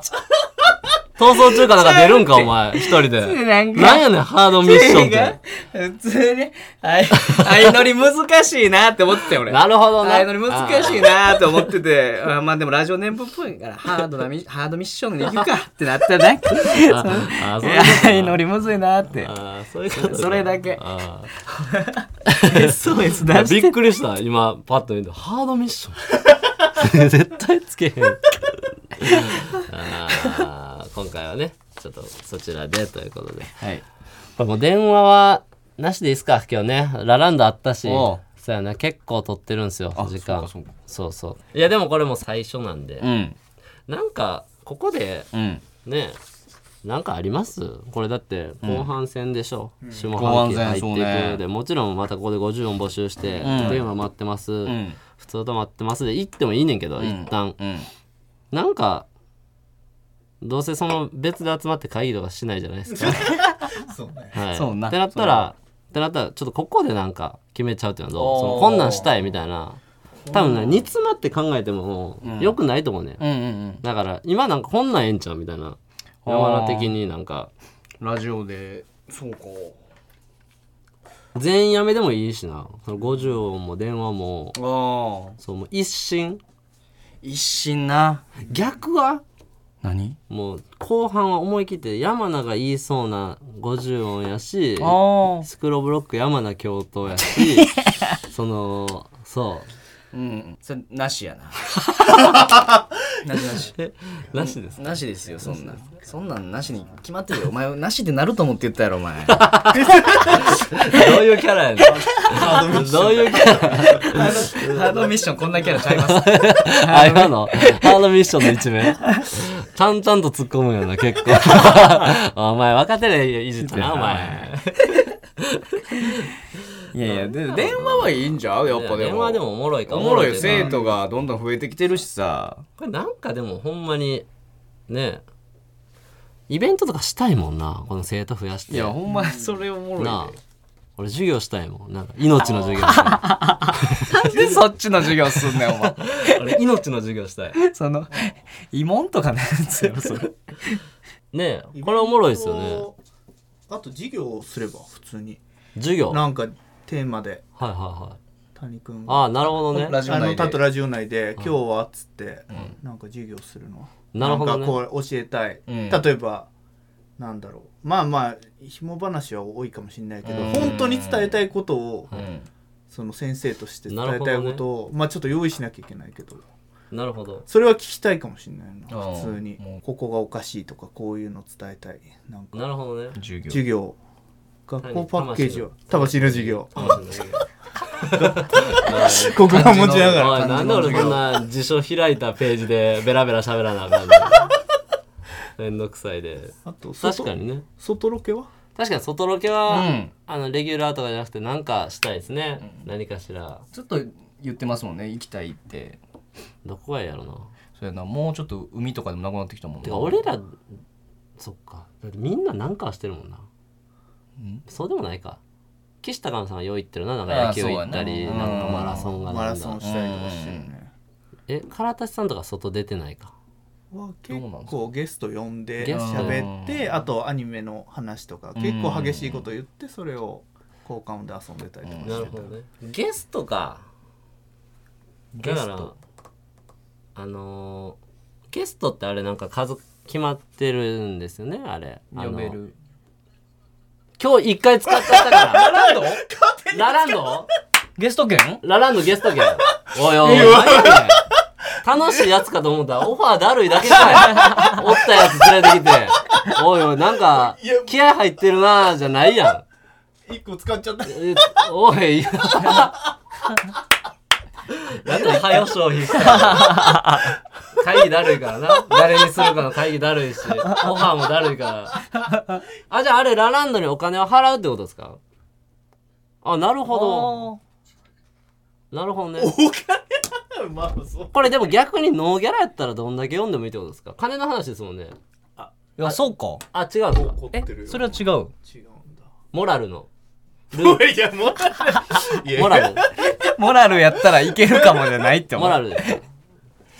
逃走中かなんか出るんか、お前、一人で。
なんか
なんやねん、ハードミッションって。
普通ね、相乗り難しいなって思ってたよ、俺。
なるほどな。
相乗り難しいなって思ってて、あまあでもラジオネームっぽいから、ハードなミ、ハードミッションに行くかってなっただけ。
あ。あ、そういうこと
相乗りむずいなって。
あーそういうことか
それだけ
あー
SOS 出して
びっくりした今パッと見てハードミッシ ョン絶対つけへんあー今回はねちょっとそちらでということで
はい。
これもう電話はなしでいいっすか今日ねラランドあったし
おう
そうやな結構取ってるんですよ時間
そうかそうか
そうそういやでもこれも最初なんで、
うん
なんかここで
うん
ねなんかありますこれだって後半戦でしょ、下
後
半
半
期
戦
入っていく
そう
の
ね
で、もちろんまたここで50音募集して、テーマ待ってます、
ん
普通と待ってますで行ってもいいねんけど、一旦
うん
なんかどうせその別で集まって会議とかしないじゃないですか、
そうね
はい、
そうな
ってなったらってなったらちょっとここでなんか決めちゃうっていうのはどう
おー
そのこんなんしたいみたいな多分ね煮詰まって考えてもよくないと思うね、
うんうん
だから今なんかこんなんええんちゃうみたいな山田的になんか
うんラジオでそうか
全員やめでもいいしなその50音も電話も
ああ
そうもう一新
一心な
逆は
何
もう後半は思い切って山名が言いそうな50音やし
あ
スクロブロック山名教頭や しそのそう
うんそれなしやななしなし
えなしです
なしですよそんなんそんなんなしに決まってるよお前なしでなると思って言ったやろお 前
どういうキャラやねん どういうキャラ
ハードミッションこんなキャラちゃいます
あ今のハードミッションの一 面ちゃんちゃんと突っ込むよな結 構お前若手でいじったなお前
いやいやで電話はいいんじゃうやっぱでも
電話でもおもろいか
おもろいよ
けど
生徒がどんどん増えてきてるしさ
これなんかでもほんまにねイベントとかしたいもんなこの生徒増やして
いやほんま それおもろいで
なあ俺授業したいもんなんか命の 授業した
なんで そっちの授業すんねんお前
い俺命の授業したい
その慰問とかのやつよそれ
ねえこれおもろいですよ
イベン
ね
トあと授業をすれば普通に
授業はい
なんかテーマで
はいはい
谷君が
ああなるほどね
ラジオ
あの
内
たと
で
ラジオ内で「今日は?」っつってなんか授業するのは
なるほどね
んかこう教えたい
うん
例えばなんだろうまあまあ紐話は多いかもしれないけど本当に伝えたいことをその先生として伝えたいことをまあちょっと用意しなきゃいけないけど
なるほど
それは聞きたいかもしれないな
あー
普通に
もう
ここがおかしいとかこういうの伝えたいなんか
なるほどね
授業
授業学校パッケージを
魂
魂の授業
マジで
国語持ちなが
お
ら
いなんで俺そんな辞書開いたページでベラベラ喋らなあかんのめんどくさいで
あと外
確かにね
外ロケは
確かに外ロケは、
うん
あのレギュラーとかじゃなくて何かしたいですね、何かしら
ちょっと言ってますもんね行きたいって
どこがやろうな
そうやなもうちょっと海とかでもなくなってきたもんな
てか俺らそっかだってみんな何かはしてるもんな、そうでもないか岸高野さんはよう行ってるななんか野球
ああそう
行
や
っ
な
たり
うん
なんかマラソンが
マ
な
ラ
んだ
ソンしたりとかしてるね
え唐田さんとか外出てないか
は
どう
結
なんですか
構ゲスト呼んで
ゲスト
喋ってあとアニメの話とか結構激しいこと言ってそれを交換で遊んでたりとか
なるほどねゲストかだからあのーゲストってあれなんか数決まってるんですよねあれあ
呼
の
べる
今日一回使っちゃったから
ランド
ラランド
ゲスト券
ラランドゲスト券。おいおいおい、何やねん楽しいやつかと思ったら、オファーだるいだけじゃ ん。おったやつ連れてきて。おいおい、なんか、気合入ってるなぁ、じゃないや
一個使っちゃった
ん。えおい、なんか、早よ消費したい会議だるいからな。誰にするかの会議だるいし、オファーもだるいから。あ、じゃああれ、ラランドにお金を払うってことですかあ、なるほど。なるほどね。
まあ そう
これでも逆にノーギャラやったらどんだけ読んでもいいってことですか金の話ですもんね
いやそうか
あ違うんですか
怒ってるよ
それは違う
違うんだ
モラルの
いやもう
モ ラル
モラルやったらいけるかもじゃないって思
モ
う
ラルですか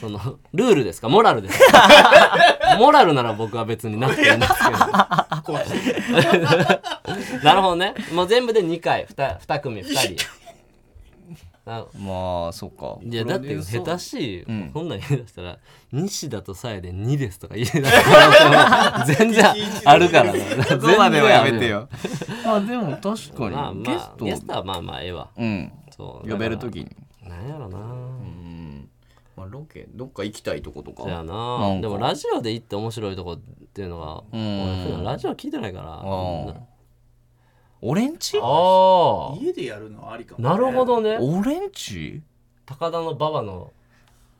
そのルールですかモラルです かモラルなら僕は別になくていいんですけどなるほどねもう全部で2回 2, 二組2人あ
まあそうか
いやだって下手しい、
ん
こんなん言い出したら西田とさやで2ですとか言い出したら全然あるからな
そこまではやめてよまあでも確かに、
まあま
ゲス
あ
ト
ゲストはまあまあええわ
うん
そう
呼べる時
に
に
なんやろな、
うんまあロケどっか行きたいとことか
そやな
なんか
でもラジオで行って面白いとこっていうのが
うん
俺普段ラジオ聞いてないから
あ俺んち
あ
家でやるのはありか
あ
も、
なるほどね
俺んち
高田の馬場の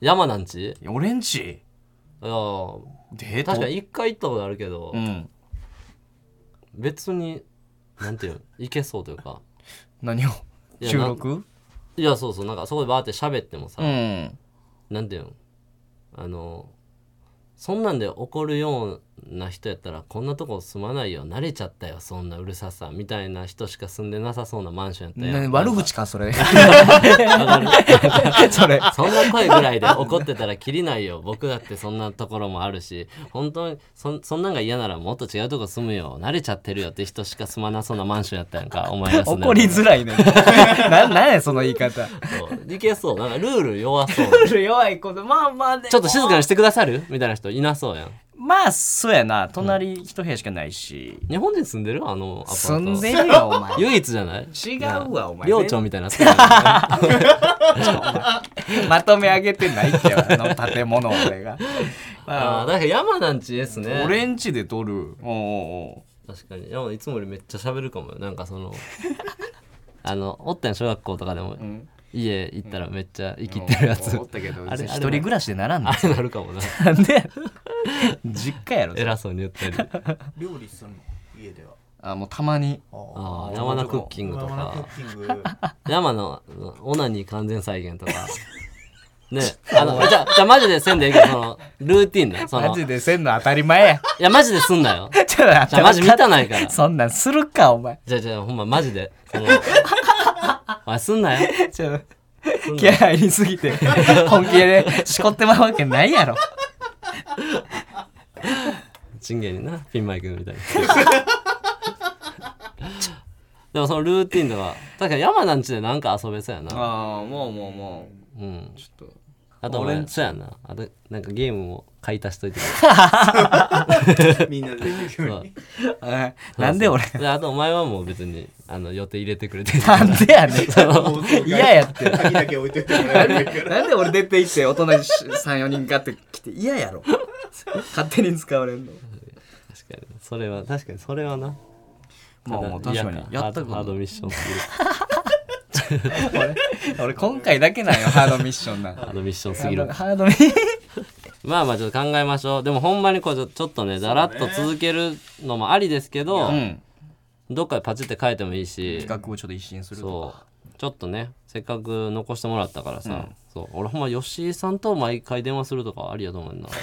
山なんち
俺んち
あー
デート
確かに一回行ったことあるけど、
うん
別になんていうの行けそうというか
何を
いや
収録
いやそうそうなんかそこでバーって喋ってもさ、
うん
なんていうのあのそんなんで怒るような人やったらこんなとこ住まないよ慣れちゃったよそんなうるささみたいな人しか住んでなさそうなマンションやった
な
よ
悪口 かそれ
それそんな声ぐらいで怒ってたらきりないよ僕だってそんなところもあるし本当にそそんなんが嫌ならもっと違うとこ住むよ慣れちゃってるよって人しか住まなそうなマンションやったやんかお前が住んで
怒りづらいね ななんやその言い方
いけそうなんかルール弱そう
弱いことまあまあ
ちょっと静かにしてくださるみたいな人いなそうやん
まあそうやな隣一部屋しかないし、
日本人住んでるあのアパート
住んでるよお前
唯一じゃない
違うわお前
寮長みたいなやつや
まとめ上げてないってよあの建物俺 が
なあーだから山なんちですね
俺んちで撮るおうおう
確かに山いつもよりめっちゃ喋るかもよなんかその あのおったやん小学校とかでも、
ん
家行ったらめっちゃ生き
おう
てるやつ、
おったけど
あれ
一人暮らしでならんの
あれなるかもな
なんでや 実家やろそれ
偉そうに言ったり
料理するの家では
あもうたまに
あー山田クッキングと
ママのク
か
ッキング
山のオナニー完全再 現とかねあのじゃあじゃあマジでせんでいいけどそのルーティンねそ
マ
の
ジでせんの当たり前や
いやマジですんなよ
ちょっと待っ
じゃあ
て
マジ見たないから
そんなんするかお前
じゃあじゃあほんまマジでそ のお前すんなよ
ちょっと気合入りすぎ て本気でしこってまうわけないやろ
チンゲンになピンマイクみたいに でもそのルーティンとか確かに山なんちでなんか遊べそうやな
ああもうもうも
うん
うちょっと
あと俺そうやなあとなんかゲームも買い足しといて
みんなでできるように
なんで俺
であとお前はもう別にあの予定入れてくれて
なんでやね
もうそうん
嫌やって
鍵だけ置いといてもらえばいいから
なんで俺出て行って大人に34人ガッて来て嫌やろ勝手に使われんの
確かに それは確かにそれはな
まあまあ確かに
嫌
やったこ
ハードハード
と
ミッションすぎる
俺今回だけなんよハードミッションな
ハ
ハ
ードミッションすぎる
ー ドミッション
まあまあちょっと考えましょうでもほんまにこうちょちょっとねだらっと続けるのもありですけど、
うん
どっかでパチって書いてもいいし
企画をちょっと一新するとか
そうちょっとねせっかく残してもらったからさ、そう俺ほんま吉井さんと毎回電話するとかありやと思うねんな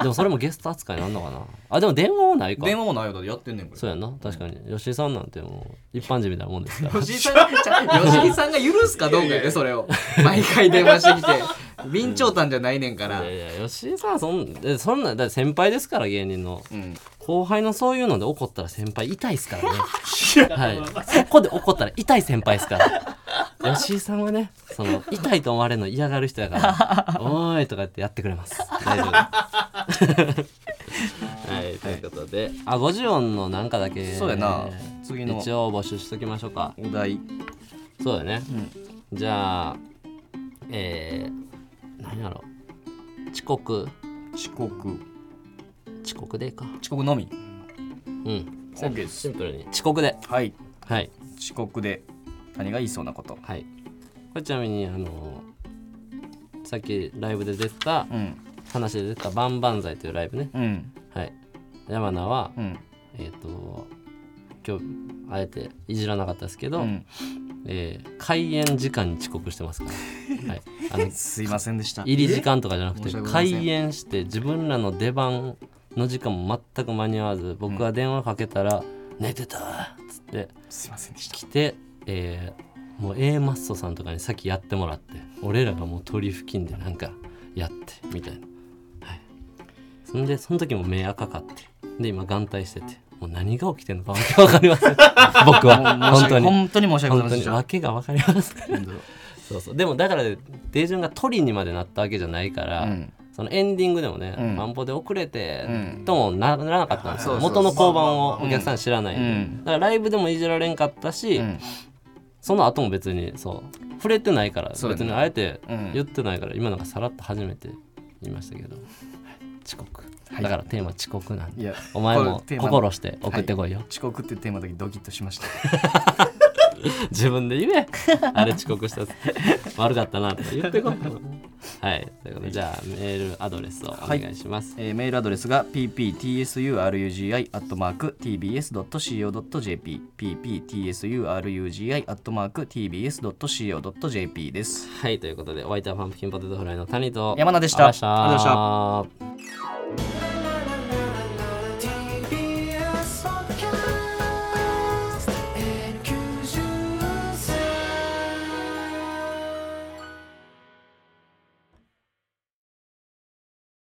でもそれもゲスト扱いなんのかなあでも電話はないか
電話もないよだってやってんねんこれ
そうやんな確かに吉井さんなんてもう一般人みたいなもんですから
吉井さんちゃ吉井さんが許すかどうかや でそれを毎回電話してきて備長炭じゃないねんから
いやいや吉井さんはそんえそんなだって先輩ですから芸人の、後輩のそういうので怒ったら先輩痛いですからねはいそこで怒ったら痛い先輩ですから吉井さんはねその痛いと思われるの嫌がる人や から「おーい」とかってやってくれます大丈夫です、 はい、ということであ50音のなんかだけ
そうやな次の
一応募集しときましょうか
お題
そうだね、じゃあえー、何やろ遅刻
遅刻
遅刻でいいか
遅刻のみ
うん
オッケーです
シンプルに遅刻で
はい
はい
遅刻で何が言いそうなこと
はいこれちなみにあのさっきライブで出てた、
うん
話で出てた「バンバンザイ」というライブね
うん
はい山名は、
うん
えっ、と今日あえていじらなかったですけど、
うん
えー開演時間に遅刻してます から、はい、あの
すいませんでした
入り時間とかじゃなく
申
て
し訳ございません
開演して自分らの出番の時間も全く間に合わず僕が電話かけたら「寝てたわ」っつって
すいませんでした
来て、えーもう A マッソさんとかに先やってもらって俺らがもう鳥付近でなんかやってみたいな、はい、そんでその時も目赤かってで今眼帯しててもう何が起きてるのかわけわかりません 僕は本当
申し訳
に
本当に申し訳ござい
本
ま
当に
せんでした
訳が分かりますそうそうでもだから手順が取りにまでなったわけじゃないから、
うん
そのエンディングでもね、
うん
マンボで遅れて、
うん
ともならなかったんですよ
そうそうそ
元
う
の交番をお客さん知らないんで、
う
だ
ん
からライブでもいじられんかったし、
うん
その後も別にそう触れてないから、
そうだね
別にあえて
うん
言ってないから今なんかさらっと初めて言いましたけど、遅刻だからテーマ遅刻なん
い
で
や
お前
こ
も
れテーマ
心して送ってこいよ、
遅刻ってテーマの時ドキッとしました
自分で言えあれ遅刻したっつって悪かったなとか言ってこはいということでじゃあメールアドレスをお願いします、
えーメールアドレスが pptsurugi.tbs.co.jp pptsurugi.tbs.co.jp です
はい、ということで、お相手はパンプキンポテトフライの谷と
山名でした
ありがとうございました。